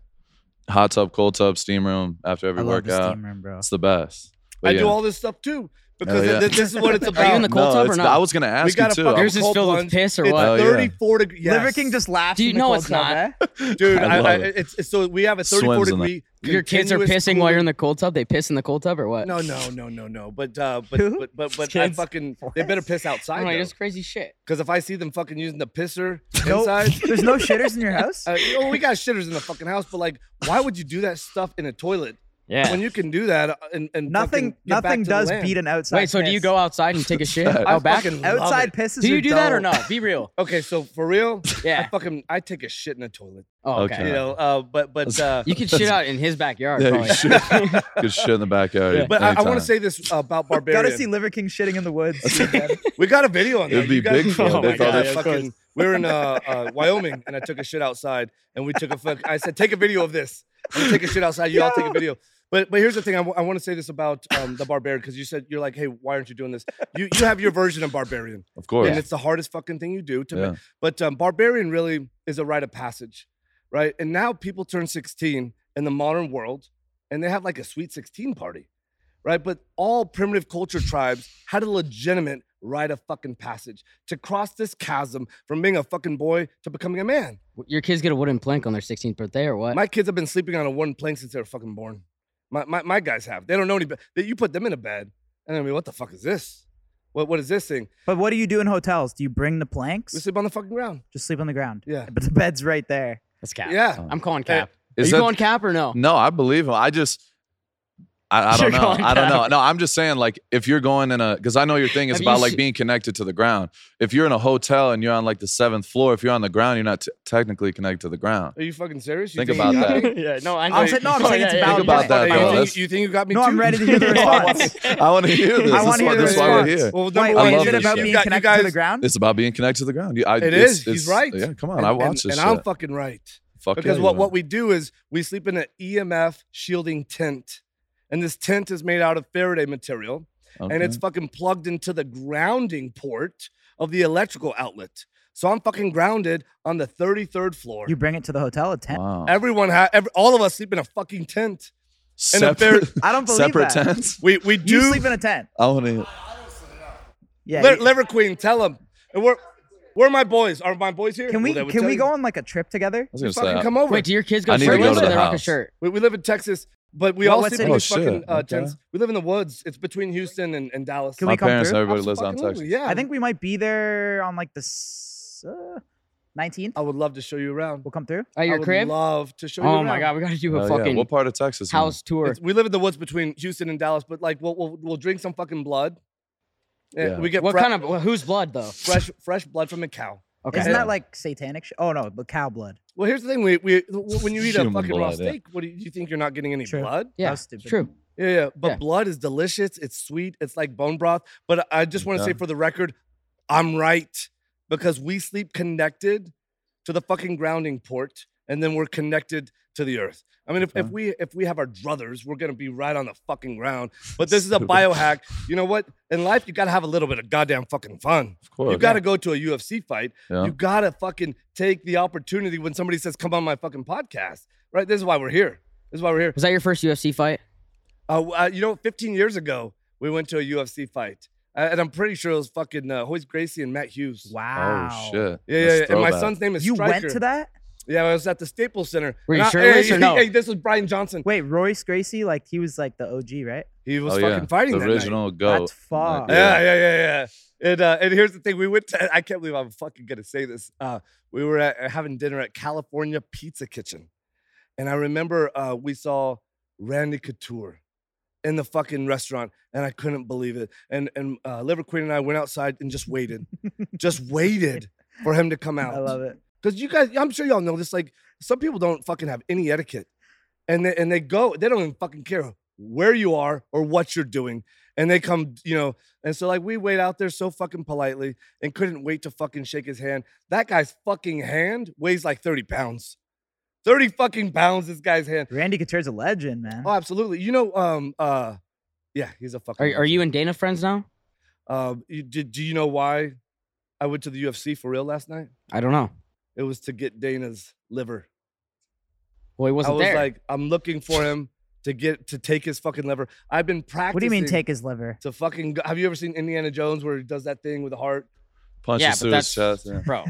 hot tub, cold tub, steam room after
I
every
love the
workout.
steam room, bro.
It's the best.
I
But yeah.
do all this stuff too because
yeah.
th- this is what it's about.
in the cold tub or
it's-
not?
I was gonna ask you
gotta
too.
fucking-
I'm-
Yours is
cold
filled with
plunge.
piss or
it's
Oh,
what?
yeah.
34 degrees.
Liver King just laughs.
Dude,
in the
no,
cold
it's
tub,
not.
eh?
dude.
I
I, I,
love it.
it's, it's so we have a
Swims
34
in that.
degree.
Your kids are
continuous
pissing while
cooling-
you're in the cold tub. They piss in the cold tub or what?
No, no, no, no, no. But uh, but
Who?
but but, but I
Kids.
fucking they better piss
I
outside
don't know,
because
it's crazy shit.
if I see them fucking using the pisser
Nope.
inside.
There's no shitters in your house.
Uh, you know, we got shitters in the fucking house, but like, why would you do that stuff in a toilet?
Yeah.
When you can do that uh, and, and
Nothing,
fucking get back
nothing
to the
does
land.
beat an outside.
Wait, so do you
piss.
go outside and take a shit
I
out Oh, back?
fucking- Love
outside
it.
pisses?
Do you do that or
dope.
not? Be real.
Okay, so for real, I
Yeah.
fucking I take a shit in a toilet.
Oh, okay.
Okay.
You know, uh, but but uh,
You could shit out in his backyard.
Yeah, you
probably.
should. You could shit in the backyard.
Yeah.
but I, I want
anytime.
to say this about Barbarian.
Gotta see Liver King shitting in the woods.
We got a video on that.
It'd be
You guys-
big for them.
Oh
They
my
thought
God,
they-
I
Of
fucking- we were in uh, uh, Wyoming, and I took a shit outside, and we took a fuck. I said, "Take a video of this. I'm gonna take a shit outside. You all take a video." But but here's the thing. I want to say this about um, the Barbarian because you said you're like, "Hey, why aren't you doing this?" You you have your version of Barbarian,
Of course.
and it's the hardest fucking thing you do to.
Yeah.
ma- But um, Barbarian really is a rite of passage, right? And now people turn 16 in the modern world, and they have like a sweet 16 party right? But all primitive culture tribes had a legitimate rite of fucking passage to cross this chasm from being a fucking boy to becoming a man.
Your kids get a wooden plank on their 16th birthday or what?
My kids have been sleeping on a wooden plank since they were fucking born. My, my, my guys have. They don't know any better. You put them in a bed, and I mean, what the fuck is this? What, what is this thing?
but what do you do in hotels? Do you bring the planks?
We sleep on the fucking ground.
Just sleep on the ground.
Yeah.
But the bed's right there.
That's cap.
Yeah.
I'm calling cap. Are
Is
you
that-
going cap or no?
No, I believe him. I just, I, I
You're
don't know.
going
I don't know.
down.
No, I'm just saying, like, if you're going in a, because I know your thing is
Have you
about like
se-
being connected to the ground. If you're in a hotel and you're on like the seventh floor, if you're on the ground, you're not t- technically connected to the ground.
Are you fucking serious? You
Think about
you got
that.
me?
yeah, no, I
I'm saying- no, I'm saying it's a
Think
valid
about
point.
that,
Hey,
though.
you,
That's-
think, you think you got me
No,
too?
I'm ready to hear the response.
I want to hear this.
I
This
want
is
to
why-
hear the
this is why we're
response.
here.
Well,
Wait,
number
I
one,
is
love
it
this
about
shit.
being
You got- you
connected to the
guys-
ground?
It's about being connected to the ground. You- I,
It
it's-
is.
it's-
He's right.
Yeah, come on.
And-
I
and-
watch this
And I'm
shit.
fucking right.
Fuck
Because
yeah,
what,
you
what
know.
we do is we sleep in an EMF shielding tent. And this tent is made out of Faraday material. And
Okay.
it's fucking plugged into the grounding port of the electrical outlet. So I'm fucking grounded on the 33rd floor.
You bring it to the hotel at 10.
wow.
Everyone ha- every, all of us sleep in a fucking tent. and a fair-
separate,
I don't believe
separate
that.
tents.
We we
You
do
sleep in a tent.
I want to.
Yeah.
Li-
you-
Liver Queen, tell them. And we're we're my boys. Are my boys here?
can
Well,
we
they would
can
tell
we
you.
go on like a trip together?
I was gonna say.
fucking
I-
come over?
Wait, do your kids go
I need to
shirtless
go to
or
the
they rock a
house.
shirt?
We, we live in Texas, but we
What-
all
what
sleep in
city?
these
Oh, shit.
fucking uh,
Okay.
tents. We live in the woods. It's between Houston and, and Dallas.
Can we
my
come
parents and
through?
everybody lives down in Texas.
Absolutely, Yeah,
I think we might be there on like the s- uh, 19th.
I would love to show you around.
We'll come through.
At
I
your
would
crib?
love to show you
Oh
around.
my god, we gotta do a
Hell yeah.
fucking
What part of Texas? man?
house tour.
It's- we live in the woods between Houston and Dallas, but like we'll we'll, we'll drink some fucking blood. Yeah,
Yeah.
We get
What
fre-
kind of well, whose blood though?
fresh fresh blood from a cow.
Okay.
Isn't that like satanic? Sh- oh no, but cow blood.
Well, here's the thing: we, we when you eat a
Human
fucking raw
blood, yeah.
steak, what do you, you think you're not getting any
True.
blood?
yeah,
that's
it's
stupid.
true.
Yeah, yeah. But
Yeah.
blood is delicious. It's sweet. It's like bone broth. But I just want to say
Okay.
for the record, I'm right because we sleep connected to the fucking grounding port, and then we're connected to the earth. I mean, if, if
Okay.
we if we have our druthers, we're gonna be right on the fucking ground. But this is a
Stupid.
biohack. You know what? In life, you gotta have a little bit of goddamn fucking fun.
Of course.
You gotta go to a UFC fight.
Yeah.
You gotta fucking take the opportunity when somebody says, "Come on my fucking podcast." Right? This is why we're here. This is why we're here.
Was that your first UFC fight?
Uh, w- uh, you know, 15 years ago, we went to a UFC fight. Uh, and I'm pretty sure it was fucking uh, Hoyce Gracie and Matt Hughes.
Wow.
Oh shit.
Yeah, yeah,
That's
yeah. And my
throwback.
son's name is
You
Stryker.
went to that?
Yeah, I was at the Staples Center.
Were you
And I-
shirtless
hey,
or no?
hey, this was Brian Johnson.
Wait, Royce Gracie, like he was like the OG, right?
He was
Oh,
fucking
yeah.
fighting
the
that night.
original goat.
That's fucked.
Like,
Yeah, yeah, yeah, yeah. And, uh, and here's the thing: we went to. I can't believe I'm fucking gonna say this. Uh, we were at, having dinner at California Pizza Kitchen, and I remember uh, we saw Randy Couture in the fucking restaurant, and I couldn't believe it. And and uh, Liver Queen and I went outside and just waited, just waited for him to come out.
I love it.
Because you guys, I'm sure y'all know this. Like, some people don't fucking have any etiquette, and they and they go, they don't even fucking care where you are or what you're doing, and they come, you know. And so like we wait out there so fucking politely, and couldn't wait to fucking shake his hand. That guy's fucking hand weighs like thirty pounds, thirty fucking pounds. This guy's hand.
Randy Couture's a legend, man.
Oh, absolutely. You know, um, uh, yeah, he's a fucking.
Are, are you and Dana friends now?
Um, you, did do you know why I went to the UFC for real last night?
I don't know.
It was to get Dana's liver.
Well, he
I
wasn't
was
there.
like, I'm looking for him to get to take his fucking lever. I've been practicing.
what do you mean take his liver?
to fucking? Go- Have you ever seen Indiana Jones where he does that thing with the heart?
Punches
yeah, but
through his
that's
chest. Yeah.
bro.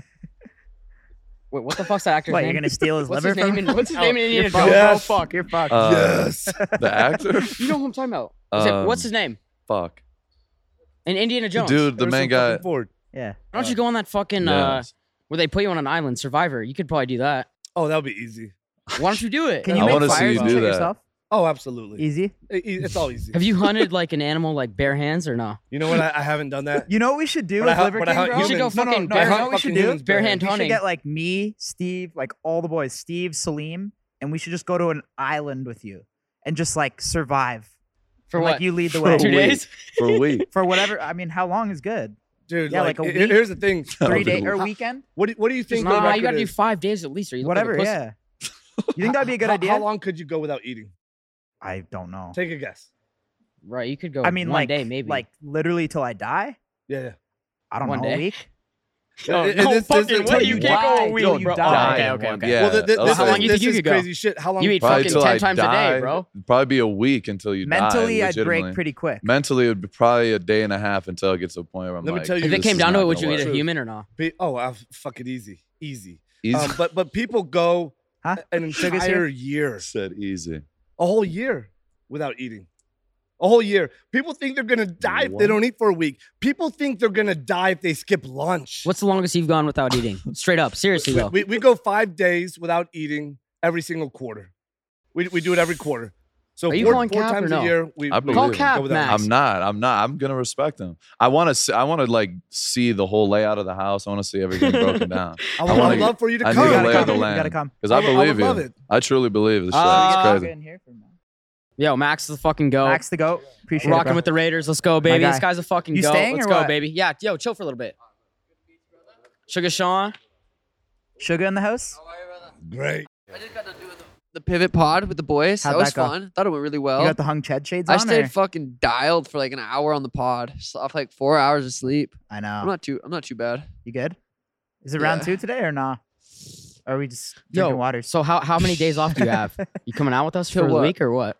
Wait, what the fuck's that actor's
What,
name?
you're gonna steal his
what's
liver
his name?
from
in- what's his name in
you're
Indiana
fucked.
Jones?
Yes.
Oh, fuck, you're fucked.
Uh,
yes.
The actor.
you know who I'm talking about? Is it- what's
Um,
his name?
Fuck.
In Indiana Jones.
Dude, the main
main
guy.
Ford.
yeah.
why don't you go on that fucking uh,
Yes.
where they put you on an island, Survivor? You could probably do that.
Oh, that would be easy.
Why don't you do it?
Can
I
you make
wanna see
fires
you
and
do
shit
that.
yourself?
Oh, absolutely.
Easy.
I- I- It's all easy.
Have you hunted like an animal like bare hands or no?
You know what? I, I haven't done that.
You know what we should do
But I
with
hunt-
Liver
but I
King,
hunt
bro?
You should go
no, no,
fucking
no,
bare
you know
hunt
what we should
fucking
do?
humans,
Bare
Bare
hand
We should
hunting.
get like me, Steve, like all the boys, Steve, Salim, and we should just go to an island with you and just like survive.
For
And,
what?
Like you lead the
For
way.
a
Two
week.
days?
for a week.
For whatever, I mean, how long is good?
Dude,
Yeah,
like,
like a
he- he-
week.
here's the thing.
Three
I'll
day
do-
or weekend?
What do, what do you
Just,
think? the
nah, you
record
gotta do
is?
five days at least, or you look like a
Whatever,
pussy.
yeah. You think that'd be a good
How-
idea?
How long could you go without eating?
I don't know.
Take a guess.
Right, you could go.
I mean,
one
like,
day maybe.
like literally till I die.
Yeah, yeah.
I don't
One
know.
day?
A week.
No,
way, you can't go a week.
Yo,
You
bro.
die.
Oh,
Okay, okay, okay.
Yeah.
well, th- th-
that
this,
was
how
is-
like-
long you
this
think you
is
could go?
crazy shit. How long?
You eat
Probably
fucking
till
ten
I
times a
die.
day, bro.
It'd probably be a week until you
Mentally,
die.
I'd break
legitimately.
pretty quick.
Mentally, it'd be probably a day and a half until it gets to a point where I'm
Let me
like,
tell you
If it
this
came
is
down to
not
it, would
gonna
you eat a
work.
human or not?
Be- oh, I fuck it, easy, easy.
Easy.
Um, but but people go
Huh?
an
Sugar's
entire year,
said easy.
a whole year without eating. A whole year. People think they're gonna die if they
What?
don't eat for a week. People think they're gonna die if they skip lunch.
What's the longest you've gone without eating? Straight up, seriously
We-
though.
We, we go five days without eating every single quarter. We, we do it every quarter. So
Are you
four,
calling
four
cap or
times
no?
a year, we,
I
we go
believe it.
Call
without
cap,
eating.
Max.
I'm not. I'm not. I'm gonna respect him. I want to. I want to like see the whole layout of the house. I want to see everything broken down
I would
wanna-
love for you to
I
come.
need
You
to
gotta
lay
come.
of the
You
land.
gotta come.
because I,
I would- I would
believe
love
you.
it.
I truly believe this shit.
Uh,
it's
Talk
crazy.
in here for a minute.
Yo, Max is the fucking go.
Max the goat. Appreciate it,
Rocking
bro.
with the Raiders. Let's go, baby.
guy.
This guy's a fucking
You
go.
staying
Let's
or
go,
what?
baby. Yeah, yo, chill for a little bit. Sugar Sean.
Sugar in the house.
Great.
the pivot pod with the boys.
How'd
that was
that go?
fun. Thought it went really
You
well.
got the hung Ched shades
I
on.
stayed
or-
fucking dialed for like an hour on the pod. Slept like four hours of sleep.
I
I'm
know.
not too. I'm not too bad.
You good? Is it round
Yeah.
two today or nah? Or are we just
Yo,
drinking water
So how how many days off do you have? You coming out with us
Till
for a
what?
week or what?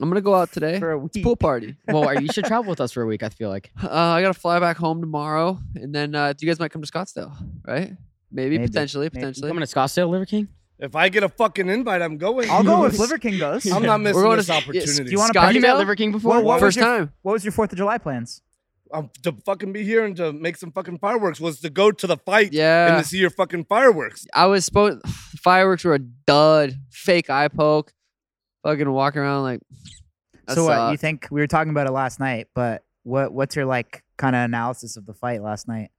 I'm gonna go out today.
for a week?
It's a pool party.
Well, are- you should travel with us for a week. I feel like.
Uh, I gotta fly back home tomorrow, and then uh, you guys might come to Scottsdale, right? Maybe,
Maybe.
potentially,
Maybe.
potentially.
Coming to Scottsdale, Liver King.
If I get a fucking invite, I'm going.
I'll go if Liver King goes.
I'm not missing
going
this
to- yes,
opportunity.
do you wanna-
Have you met
Scottsdale?
Liver King before?
Well, what was
First
your-
time.
What was your Fourth of July plans?
um, to fucking be here and to make some fucking fireworks was to go to the fight
Yeah.
and to see your fucking fireworks.
I was supposed. Fireworks were a dud. Fake eye poke. Fucking walk around like. that
so what you
sucked.
think? We were talking about it last night, but what what's your like kind of analysis of the fight last night?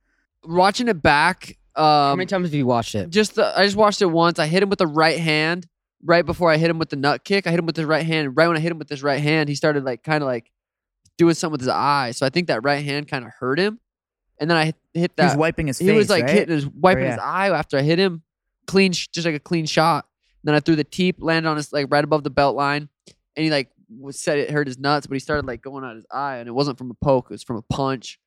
Watching it back. Um,
How many times have you watched it?
Just the, I just watched it once. I hit him with the right hand right before I hit him with the nut kick. I hit him with his right hand. Right when I hit him with his right hand, he started like kind of like doing something with his eye. So I think that right hand kind of hurt him. And then I hit- hit
He was
that.
wiping his
He
face.
was like
right?
hitting his wiping his
yeah.
eye after I hit him. Clean, sh- just like a clean shot. Then I threw the teep, landed on his like right above the belt line, and he like was, said it hurt his nuts, but he started like going out his eye, and it wasn't from a poke, it was from a punch.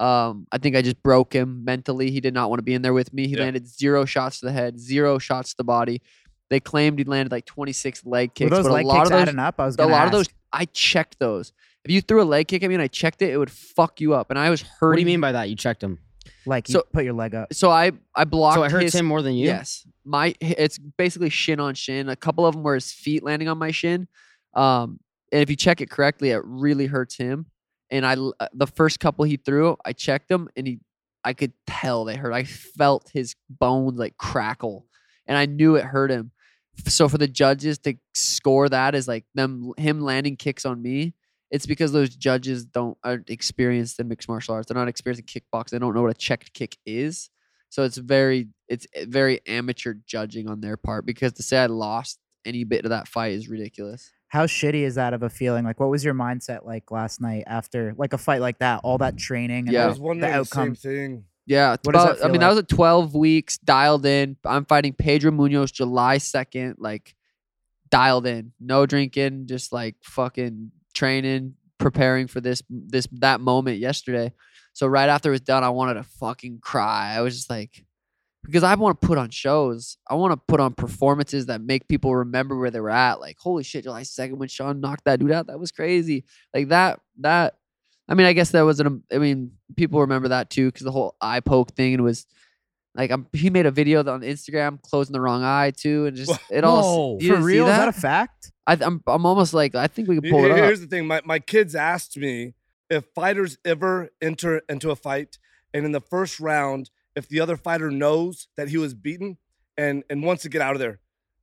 Um, I think I just broke him mentally. He did not want to be in there with me. He
Yeah.
landed zero shots to the head, zero shots to the body. They claimed he landed like 26 leg kicks,
Were those
but
leg
a lot
kicks
of those
adding up. I was
a
gonna
lot of those
ask.
I checked those. If you threw a leg kick at me and I checked it, it would fuck you up. And I was hurting.
What do you mean by that? You checked him.
Like you
so-
put your leg up.
So I I blocked.
So it hurts
his-
him more than you.
Yes, my it's basically shin on shin. A couple of them were his feet landing on my shin, um, and if you check it correctly, it really hurts him. And I l- uh, the first couple he threw, I checked him, and he I could tell they hurt. I felt his bones like crackle, and I knew it hurt him. F- So for the judges to score that as like them him landing kicks on me. It's because those judges don't aren't experienced in mixed martial arts. They're not experienced in kickboxing. They don't know what a checked kick is. So it's very it's a- very amateur judging on their part because to say I lost any bit of that fight is ridiculous.
How shitty is that of a feeling? Like, what was your mindset like last night after like a fight like that? All that training and
Yeah.
I
all
was
the
wondering the, same
outcome.
thing.
Yeah, it's
What does that
about, I
feel
mean that was a 12 weeks dialed in. I'm fighting Pedro Munoz July 2nd like dialed in. No drinking, just like fucking training, preparing for this this that moment yesterday. So right after it was done, I wanted to fucking cry. I was just like because I want to put on shows. I want to put on performances that make people remember where they were at. Like, holy shit, July 2nd when Sean knocked that dude out, that was crazy. Like that that I mean, I guess that was an I mean, people remember that too cuz the whole eye poke thing and it was like I'm, he made a video on Instagram closing the wrong eye too and just it all
Whoa.
you
For
didn't see
real? Is that
that?
a fact?
I, th- I'm I'm almost like I think we can
Here-
pull it up.
Here's the thing. My, my kids asked me if fighters ever enter into a fight and in the first round, if the other fighter knows that he was beaten and, and wants to get out of there.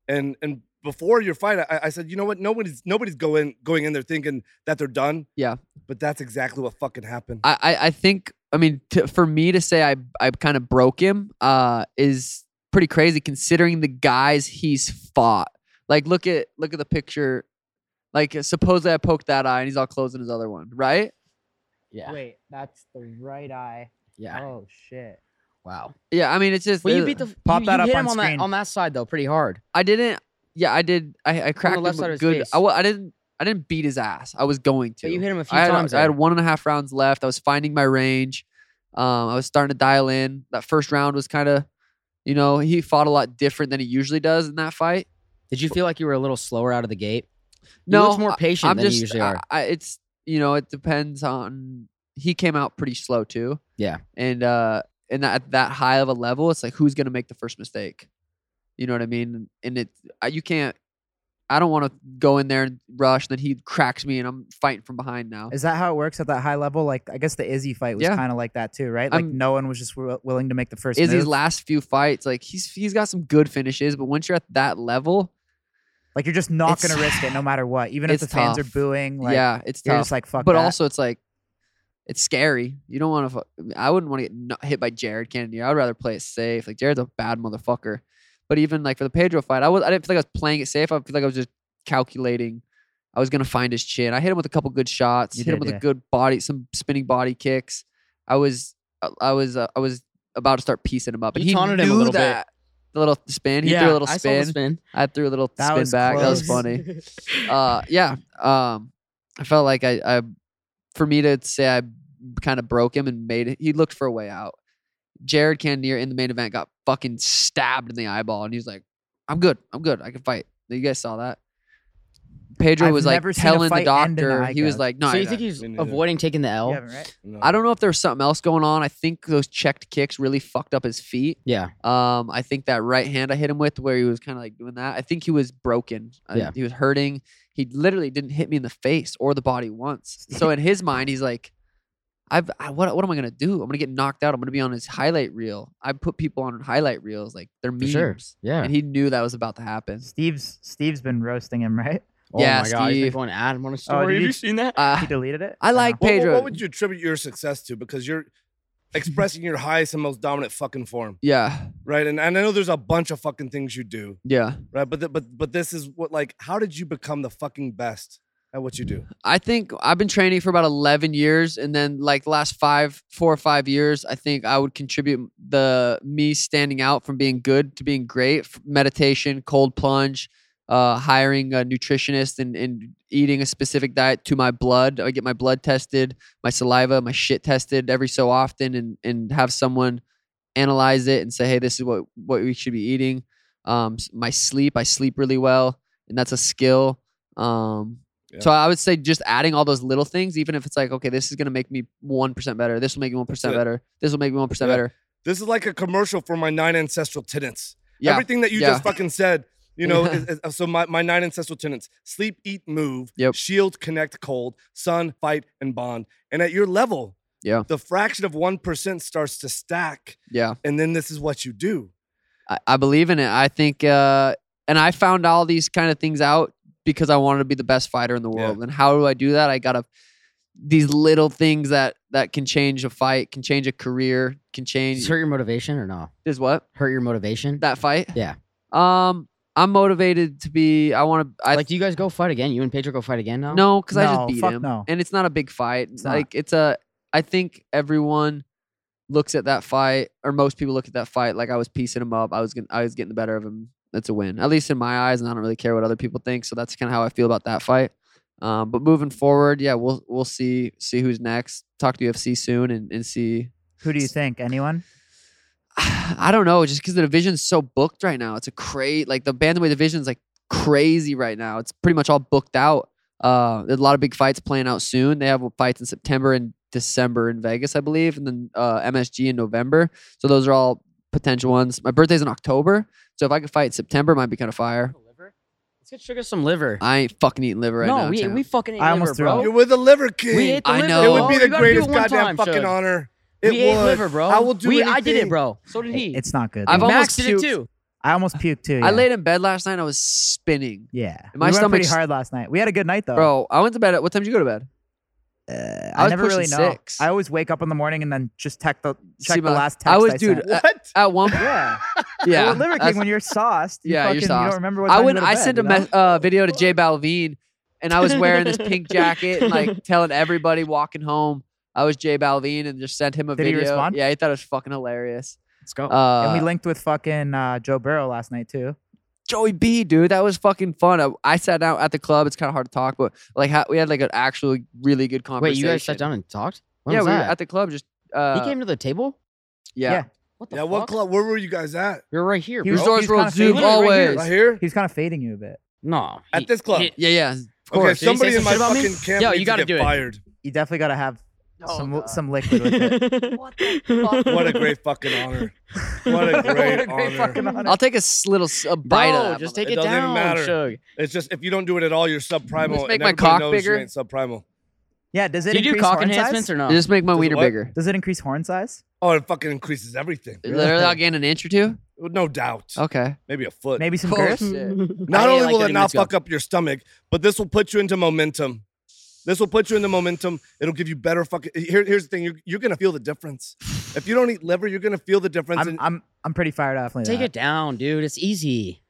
And and before your fight, I, I said, you know what? Nobody's nobody's going going in there thinking that they're done.
Yeah.
But that's exactly what fucking happened.
I, I, I think I mean to, for me to say I I kind of broke him uh is pretty crazy considering the guys he's fought. Like look at look at the picture. Like supposedly I poked that eye and he's all closing his other one, right?
Yeah.
Wait, that's the right eye.
Yeah.
Oh shit.
Wow.
Yeah, I mean it's just
Well, you
uh,
beat the
Pop
you,
that
you
up
hit
on
him on
screen.
that on that side though, pretty hard.
I didn't. Yeah, I did. I, I cracked
left
him
side of
a
his
good.
face.
I, well, I didn't. I didn't beat his ass. I was going to.
But you hit him a few
I had,
times.
I had
there.
one and a half rounds left. I was finding my range. Um, I was starting to dial in. That first round was kind of, you know, he fought a lot different than he usually does in that fight.
Did you feel like you were a little slower out of the gate?
No,
you looked more patient
I'm
than
just.
you usually
I,
are.
I, it's you know, it depends on. He came out pretty slow too.
Yeah.
And uh, and at that high of a level, it's like who's gonna make the first mistake? You know what I mean? And it, I- you can't. I don't want to go in there and rush. Then he cracks me, and I'm fighting from behind now.
Is that how it works at that high level? Like, I guess the Izzy fight was
Yeah.
kind of like that too, right? Like,
I'm-
no one was just w- willing to make the first.
Izzy's
move.
last few fights, like he's he's got some good finishes, but once you're at that level,
Like, you're just not
It's-
going to risk it, no matter what. Even if
it's
the fans are
tough.
booing, like,
yeah, it's
you're
tough.
just like fuck.
but
that.
also, it's like it's scary. You don't want to. I wouldn't want to get kno- hit by Jared Cannonier. I'd rather play it safe. Like Jared's a bad motherfucker. But even like for the Pedro fight, I was I didn't feel like I was playing it safe. I feel like I was just calculating. I was gonna find his chin. I hit him with a couple good shots.
You
hit him
did,
with
yeah.
a good body, some spinning body kicks. I was, I- I was, uh, I was about to start piecing him up, and
You
he
taunted
knew
him a little bit.
that. The little spin. He
yeah,
threw a little
I saw
spin.
the spin.
I threw a little
That
spin
was
back. That was
close.
funny. Uh, yeah. Um, I felt like I, I, for me to say I kind of broke him and made it, he looked for a way out. Jared Cannonier in the main event got fucking stabbed in the eyeball, and he was like, "I'm good. I'm good. I can fight." You guys saw that. Pedro
I've
was like
never seen a
telling the
fight end in an
doctor,
eye
he was
gouge.
like, "No,
so you
you're
think
not."
he's
Me neither.
avoiding taking the L?
You haven't, right?
No.
I don't know if there was something else going on. I think those checked kicks really fucked up his feet.
Yeah.
Um, I think that right hand I hit him with, where he was kind of like doing that. I think he was broken. I-
Yeah.
he was hurting. He literally didn't hit me in the face or the body once. So in his mind, he's like, "I've I, what? What am I gonna do? I'm gonna get knocked out. I'm gonna be on his highlight reel. I put people on highlight reels like they're
For
memes,
sure. Yeah.
and he knew that was about to happen.
Steve's Steve's been roasting him, right?
oh
Yeah,
my god, he's been
Steve.
going at him on a
Oh,
story.
did
Have
you-
you seen that?
Uh,
He deleted it. Or
I
no?
like
What- what-
Pedro.
What, would you attribute your success to? Because you're expressing your highest and most dominant fucking form,
yeah,
right? And, and I know there's a bunch of fucking things you do,
yeah.
right? But the, but but this is what like how did you become the fucking best at what you do?
I think I've been training for about 11 years. And then, like, the last five, four or five years, I think I would contribute the me standing out from being good to being great f- meditation, cold plunge, uh, hiring a nutritionist and, and eating a specific diet to my blood. I get my blood tested, my saliva, my shit tested every so often, and, and have someone analyze it and say, hey, this is what, what we should be eating. Um, s- my sleep, I sleep really well, and that's a skill. Um, so I would say just adding all those little things, even if it's like, okay, this is gonna make me one percent better. This will make me one percent
it.
better. This will make me one percent
Yeah.
better.
This is like a commercial for my nine ancestral tenants.
Yeah,
Everything that you
Yeah.
just fucking said, you know,
Yeah.
is, is- so my, my nine ancestral tenants sleep, eat, move,
Yep.
shield, connect, cold, sun, fight, and bond. And at your level,
Yeah.
the fraction of 1% starts to stack.
yeah.
And then this is what you do.
I, I believe in it. I think, uh, and I found all these kind of things out because I wanted to be the best fighter in the
Yeah.
world. And how do I do that? I gotta these little things that that can change a fight, can change a career, can
Does
change
it hurt your motivation or no?
is what
Hurt your motivation?
that fight.
Yeah.
Um, I'm motivated to be. I want to. I
like, do you guys go fight again? You and Pedro go fight again now?
No, because I
No,
just beat
fuck
him.
no.
And it's not a big fight.
It's not.
like it's a I think everyone looks at that fight, or most people look at that fight like I was piecing him up. I was gonna I was getting the better of him. That's a win. At least in my eyes, and I don't really care what other people think. So that's kind of how I feel about that fight. Um, but moving forward, yeah, we'll we'll see see who's next. Talk to UFC soon and, and see.
Who do you think? Anyone?
I don't know, just because the division's so booked right now. It's a crazy like the bantamweight division's like crazy right now. It's pretty much all booked out. Uh, there's a lot of big fights playing out soon. They have fights in September and December in Vegas, I believe, and then uh, MSG in November. So those are all potential ones. My birthday's in October, so if I could fight in September, it might be kind of fire.
Liver? Let's get sugar some liver.
I ain't fucking eating liver right
no,
now.
we
champ.
we fucking ate
I almost
liver,
threw
bro.
up.
You're with the Liver King.
We ate the
I
liver.
know.
It would
bro.
be
You
the
gotta do it
greatest
one
goddamn
time,
fucking
Shug.
honor. It
We ate
would.
liver, bro.
I will do
we, I did
anything.
it, bro. So did he.
It's not good.
I've
dude.
almost
Max did it
puked.
too.
I almost puked too. Yeah.
I laid in bed last night. and I was spinning,
Yeah,
my
we went pretty
stomach's-
hard last night. We had a good night though.
bro. I went to bed. At, what time did you go to bed?
Uh,
I
I,
was
never really know.
pushing six.
I always wake up in the morning and then just check the check
See
the
my-
last text.
I was,
sent.
dude.
What?
At, at one,
Yeah,
yeah.
Well, at Liver
that's-
King, when you're sauced, you
Yeah,
fucking,
you're
You
sauced.
don't remember what
I
time you
went.
go to
I
bed,
sent a
you know?
mes- uh, video to Jay Balvin, and I was wearing this pink jacket, and, like telling everybody walking home I was Jay Balvin, and just sent him a
Did he
video.
respond?
Yeah, he thought it was fucking hilarious.
Let's go.
Uh,
and we linked with fucking uh, Joe Burrow last night too.
Joey B, dude, that was fucking fun. I, I sat down at the club. It's kind of hard to talk, but like ha- we had like an actual really good
Wait,
conversation.
you guys sat down and talked? When
yeah,
was
we were
that?
at the club. Just uh,
he came to the table.
yeah.
yeah.
What the
Yeah,
fuck?
what club? Where were you guys at?
You're right here.
He
bro.
was-
Resorts
he's
World
kinda
Zoo
famous right
always.
Right here?
He was kind of fading you a bit.
no,
At
he-
this club?
he-
Yeah, yeah. Of
Okay,
course. Did he say
somebody in
some
my
shit about me?
fucking camp
Yo,
needs
you
to
gotta
get
do it.
fired.
You definitely got to have
Oh,
some
God.
some liquid with it.
What the fuck?
What a great fucking honor. What
What
a
a
great, honor.
great fucking honor.
I'll take a s- little s- a bite
Bro,
of that.
just
mother-
take it,
doesn't even
down.
matter.
Shug.
It's just if you don't do it at all, you're subprimal.
Let's make
and
my
everybody
cock
knows
bigger.
You ain't subprimal.
Yeah, does it
Do you do
increase
cock
horn
enhancements
size?
or no?
Just make my
Does it
wiener
what?
bigger.
Does it increase horn size?
Oh, it fucking increases everything.
Literally, I'll gain an inch or two.
No doubt.
Oh.
Okay.
Maybe a foot.
Maybe some
Bullshit.
girth.
Not
I ate
only
like
will
30
it not
minutes ago.
fuck up your stomach, but this will put you into momentum. This will put you into momentum. It'll give you better fucking. Here, here's the thing: you're, you're gonna feel the difference. If you don't eat liver, you're gonna feel the difference.
I'm
And
I'm I'm pretty fired up.
Take it down, dude. It's easy.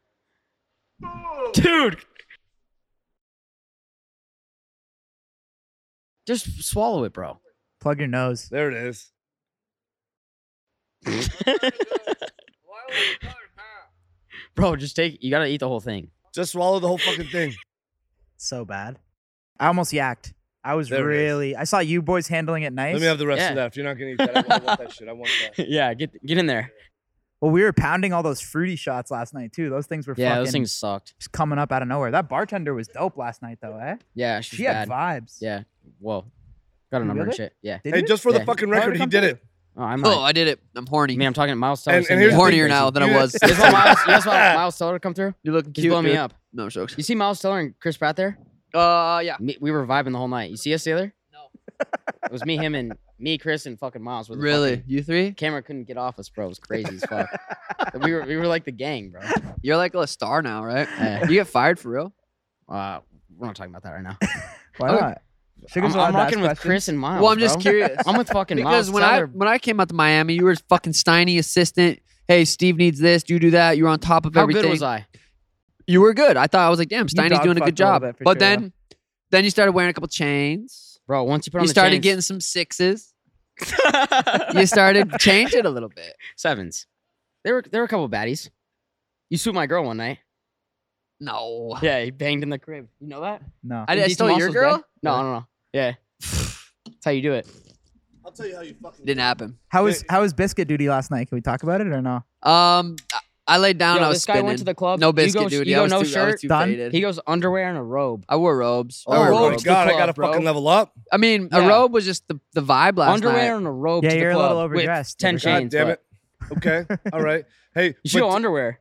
Dude. Just swallow it, bro.
Plug your nose.
there it is.
bro, just take you gotta eat the whole thing.
Just swallow the whole fucking thing.
so bad. I almost yacked. I was
There it is.
really. I saw you boys handling it nice.
Let me have the rest
Yeah.
of that. If you're not gonna eat that, I want, I want that shit. I want that.
yeah, get get in there.
well, we were pounding all those fruity shots last night too. Those things were
Yeah,
fucking
those things sucked.
just coming up out of nowhere. That bartender was dope last night though, eh?
Yeah, she's
She
bad.
had vibes.
Yeah. Whoa. Got a
You
number and
really?
shit. Yeah.
Did
Hey,
you?
just for the
Yeah.
fucking
Why
record,
did it
he
come
did
through?
it.
Oh, I'm
Oh,
I
I did it. I'm horny.
mean, I'm talking to Miles Teller.
And- and here's
I'm
the
hornier
thing,
now than I
You-
was.
You guys want Miles, you guys want Miles Teller to come through?
You're looking
He's
cute.
blowing me
dude.
up.
No, I'm jokes.
You see Miles Teller and Chris Pratt there?
Uh, yeah.
Me, we were vibing the whole night. You see us the other? No. it was me, him, and me, Chris, and fucking Miles. With
Really? You three?
camera couldn't get off us, bro. It was crazy as fuck. we were we were like the gang, bro.
You're like a star now, right?
Yeah.
You get fired for real?
Uh, we're not talking about that right now.
Why
Okay.
not? Sugar's
I'm,
allowed
I'm
to ask
rocking with
questions.
Chris and Miles.
well, I'm just
bro.
curious.
I'm with fucking
because
Miles.
when I
Teller.
when I came out to Miami, you were fucking Steiny assistant. Hey, Steve needs this. You do that. You were on top of
how
everything.
good was I?
You were good. I thought I was like, damn, Steiny's doing
dog-fucked
a good
a little
job.
bit for
But
sure,
then, then you started wearing a couple chains.
Bro, once you put on
You
the
started
chains-
getting some sixes. You started changing a little bit.
sevens. There were there were a couple baddies. You sued my girl one night.
No,
Yeah, he banged in the crib. You know that?
No.
I, did- I
Dieter
stole your
Mossel's
girl.
dead? No, no, no. Yeah. That's how you do it.
I'll tell you how you fucking.
Didn't happen.
How was how was biscuit duty last night? Can we talk about it or no?
Um, I- I laid down.
Yo,
I was
this guy
spinning.
went to the club.
No
You go-
biscuit, dude.
you
Yeah,
go
I was
no
too, I was
shirt,
too
done.
faded.
He goes underwear and a robe.
I wore robes. I
Oh
wore
my
robes.
god, I gotta
club, bro.
fucking level up.
I mean, a
Yeah.
robe was just the, the vibe last
underwear
night.
and a robe.
Yeah,
to the
you're a little
club with
overdressed.
Ten
God
God
chains.
damn
but-
it. Okay, all right. Hey,
You should
but
go underwear.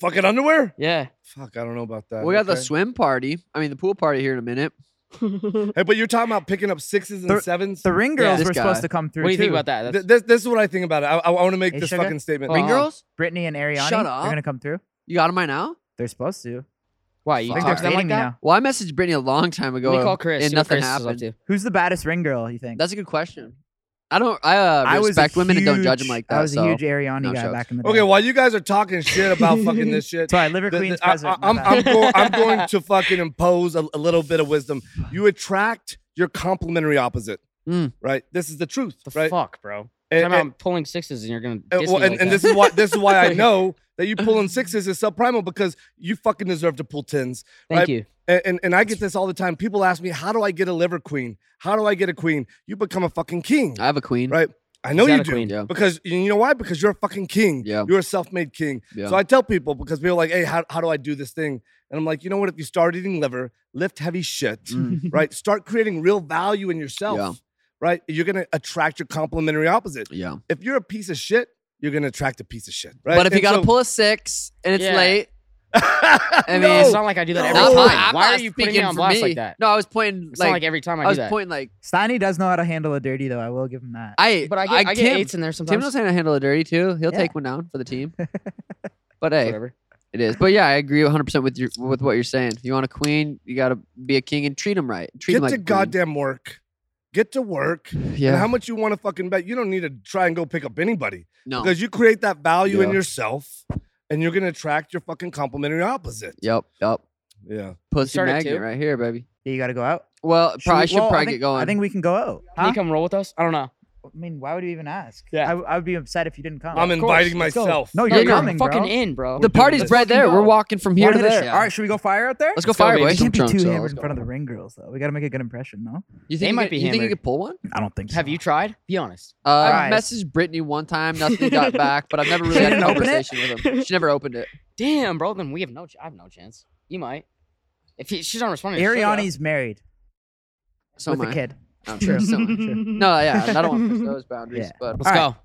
fucking underwear?
Yeah.
Fuck, I don't know about that.
We got the
okay.
swim party. I mean, the pool party here in a minute.
Hey, but you're talking about picking up sixes and
The-
sevens.
The ring girls
this
were
guy.
supposed to come through.
What do you think
too.
about that?
Th-
That's,
this, this is what I think about it. I, want to make
Hey,
this
Sugar?
fucking statement.
Ring
Uh-huh.
girls?
Brittany and Ariana?
Shut
They're
up.
gonna come through.
You got them right now?
They're supposed to.
why you
I
Fuck.
think they're
talk to them
fading
like
me
that?
now.
Well, I messaged Brittany a long time ago.
Let me call Chris.
And
see what
nothing
Chris is up
happened.
to.
Who's the baddest ring girl? You think?
That's a good question. I don't. I, uh,
I was a
respect women and don't judge them
huge-
like that.
I was
so.
a huge Ariana
No
guy
jokes.
back in the day.
Okay, while you guys are talking shit about fucking this shit,
Sorry, Liver
the- the-
Queen's
I,
president. my
am
bad.
going, I'm going to fucking impose a, a little bit of wisdom. You attract your complementary opposite,
Mm.
right? This is the truth,
The
right?
fuck, bro.
And,
Time
and-
out, I'm pulling sixes and you're gonna.
and-
diss
well,
me
and,
like
and
that.
this is why this is why I know that you pulling sixes is subprimal because you fucking deserve to pull tens.
Thank
right?
you.
And, and and I get this all the time. People ask me, how do I get a liver queen? How do I get a queen? You become a fucking king.
I have a queen.
Right. I know
Is that
you
a
do.
queen?
Yeah.
Because you know why? Because you're a fucking king.
Yeah.
You're a self-made king.
Yeah.
So I tell people because people are like, hey, how, how do I do this thing? And I'm like, you know what? If you start eating liver, lift heavy shit,
Mm.
right? Start creating real value in yourself.
Yeah.
Right? You're gonna attract your complementary opposite.
yeah.
If you're a piece of shit, you're gonna attract a piece of shit. Right.
But if you
And
got to
so-
pull a six and it's
Yeah.
late, I mean,
it's not like I do that every
not
time.
mine. I'm
Why are
not
you putting me
speaking
on
for
blast
me.
like that?
No, I was pointing
It's not like
like
every time I,
I
do
was
that.
pointing like
Steiny does know how to handle a dirty though. I will give him that.
I.
but I get, I, get
Tim,
eights in there
Tim
sometimes.
knows how to handle it dirty too. He'll
Yeah.
take one down for the team. But hey,
whatever.
it is. But yeah, I agree 100 percent with your with what you're saying. If you want a queen, you gotta be a king and treat him right. Treat
Get
him like
to
a queen.
goddamn work. Get to work. And
yeah.
how much you want to fucking bet? You don't need to try and go pick up anybody
No.
because you create that value in
Yeah.
yourself, and you're gonna attract your fucking complementary opposite.
Yep. Yep.
Yeah.
Pussy
started
magnet
too?
right here, baby.
Yeah, you got to go out.
Well,
Should
Uh, probably
we-
should
well, I
probably
think-
get going.
I think we can go out.
Can
Huh?
you come roll with us? I don't know.
I mean, why would you even ask?
Yeah.
I, w- I would be upset if you didn't come.
I'm
of course.
inviting
Let's go.
myself.
no,
No,
you're
you're
coming,
fucking
bro.
in, bro.
the party's
this.
right
Let's
there.
fucking
We're
go.
walking from here
One
to
to
there.
All right, should we go fire out there?
Let's go
Let's go,
fire,
baby.
boys.
Some
can't be
drunks,
too
so
hammered
let's
in
go.
front of the ring girls though. We got to make a good impression, no?
You
They
think you
might
could-
be
you think you
hammered.
could pull one?
I don't think so.
Have you tried? Be honest.
Uh, I
Guys.
messaged Brittany one time, nothing got back, but I've never
She
really had a
didn't open it?
conversation with him. She never opened it.
Damn, bro. Then we have no. Ch- I have no chance. You might. If he, she's not responding, shut up.
Ariani's married
So
with
am
a
I.
kid.
I'm sure. So am I.
True.
No, yeah, and I don't want to push those boundaries,
Yeah.
but
Let's
All
go.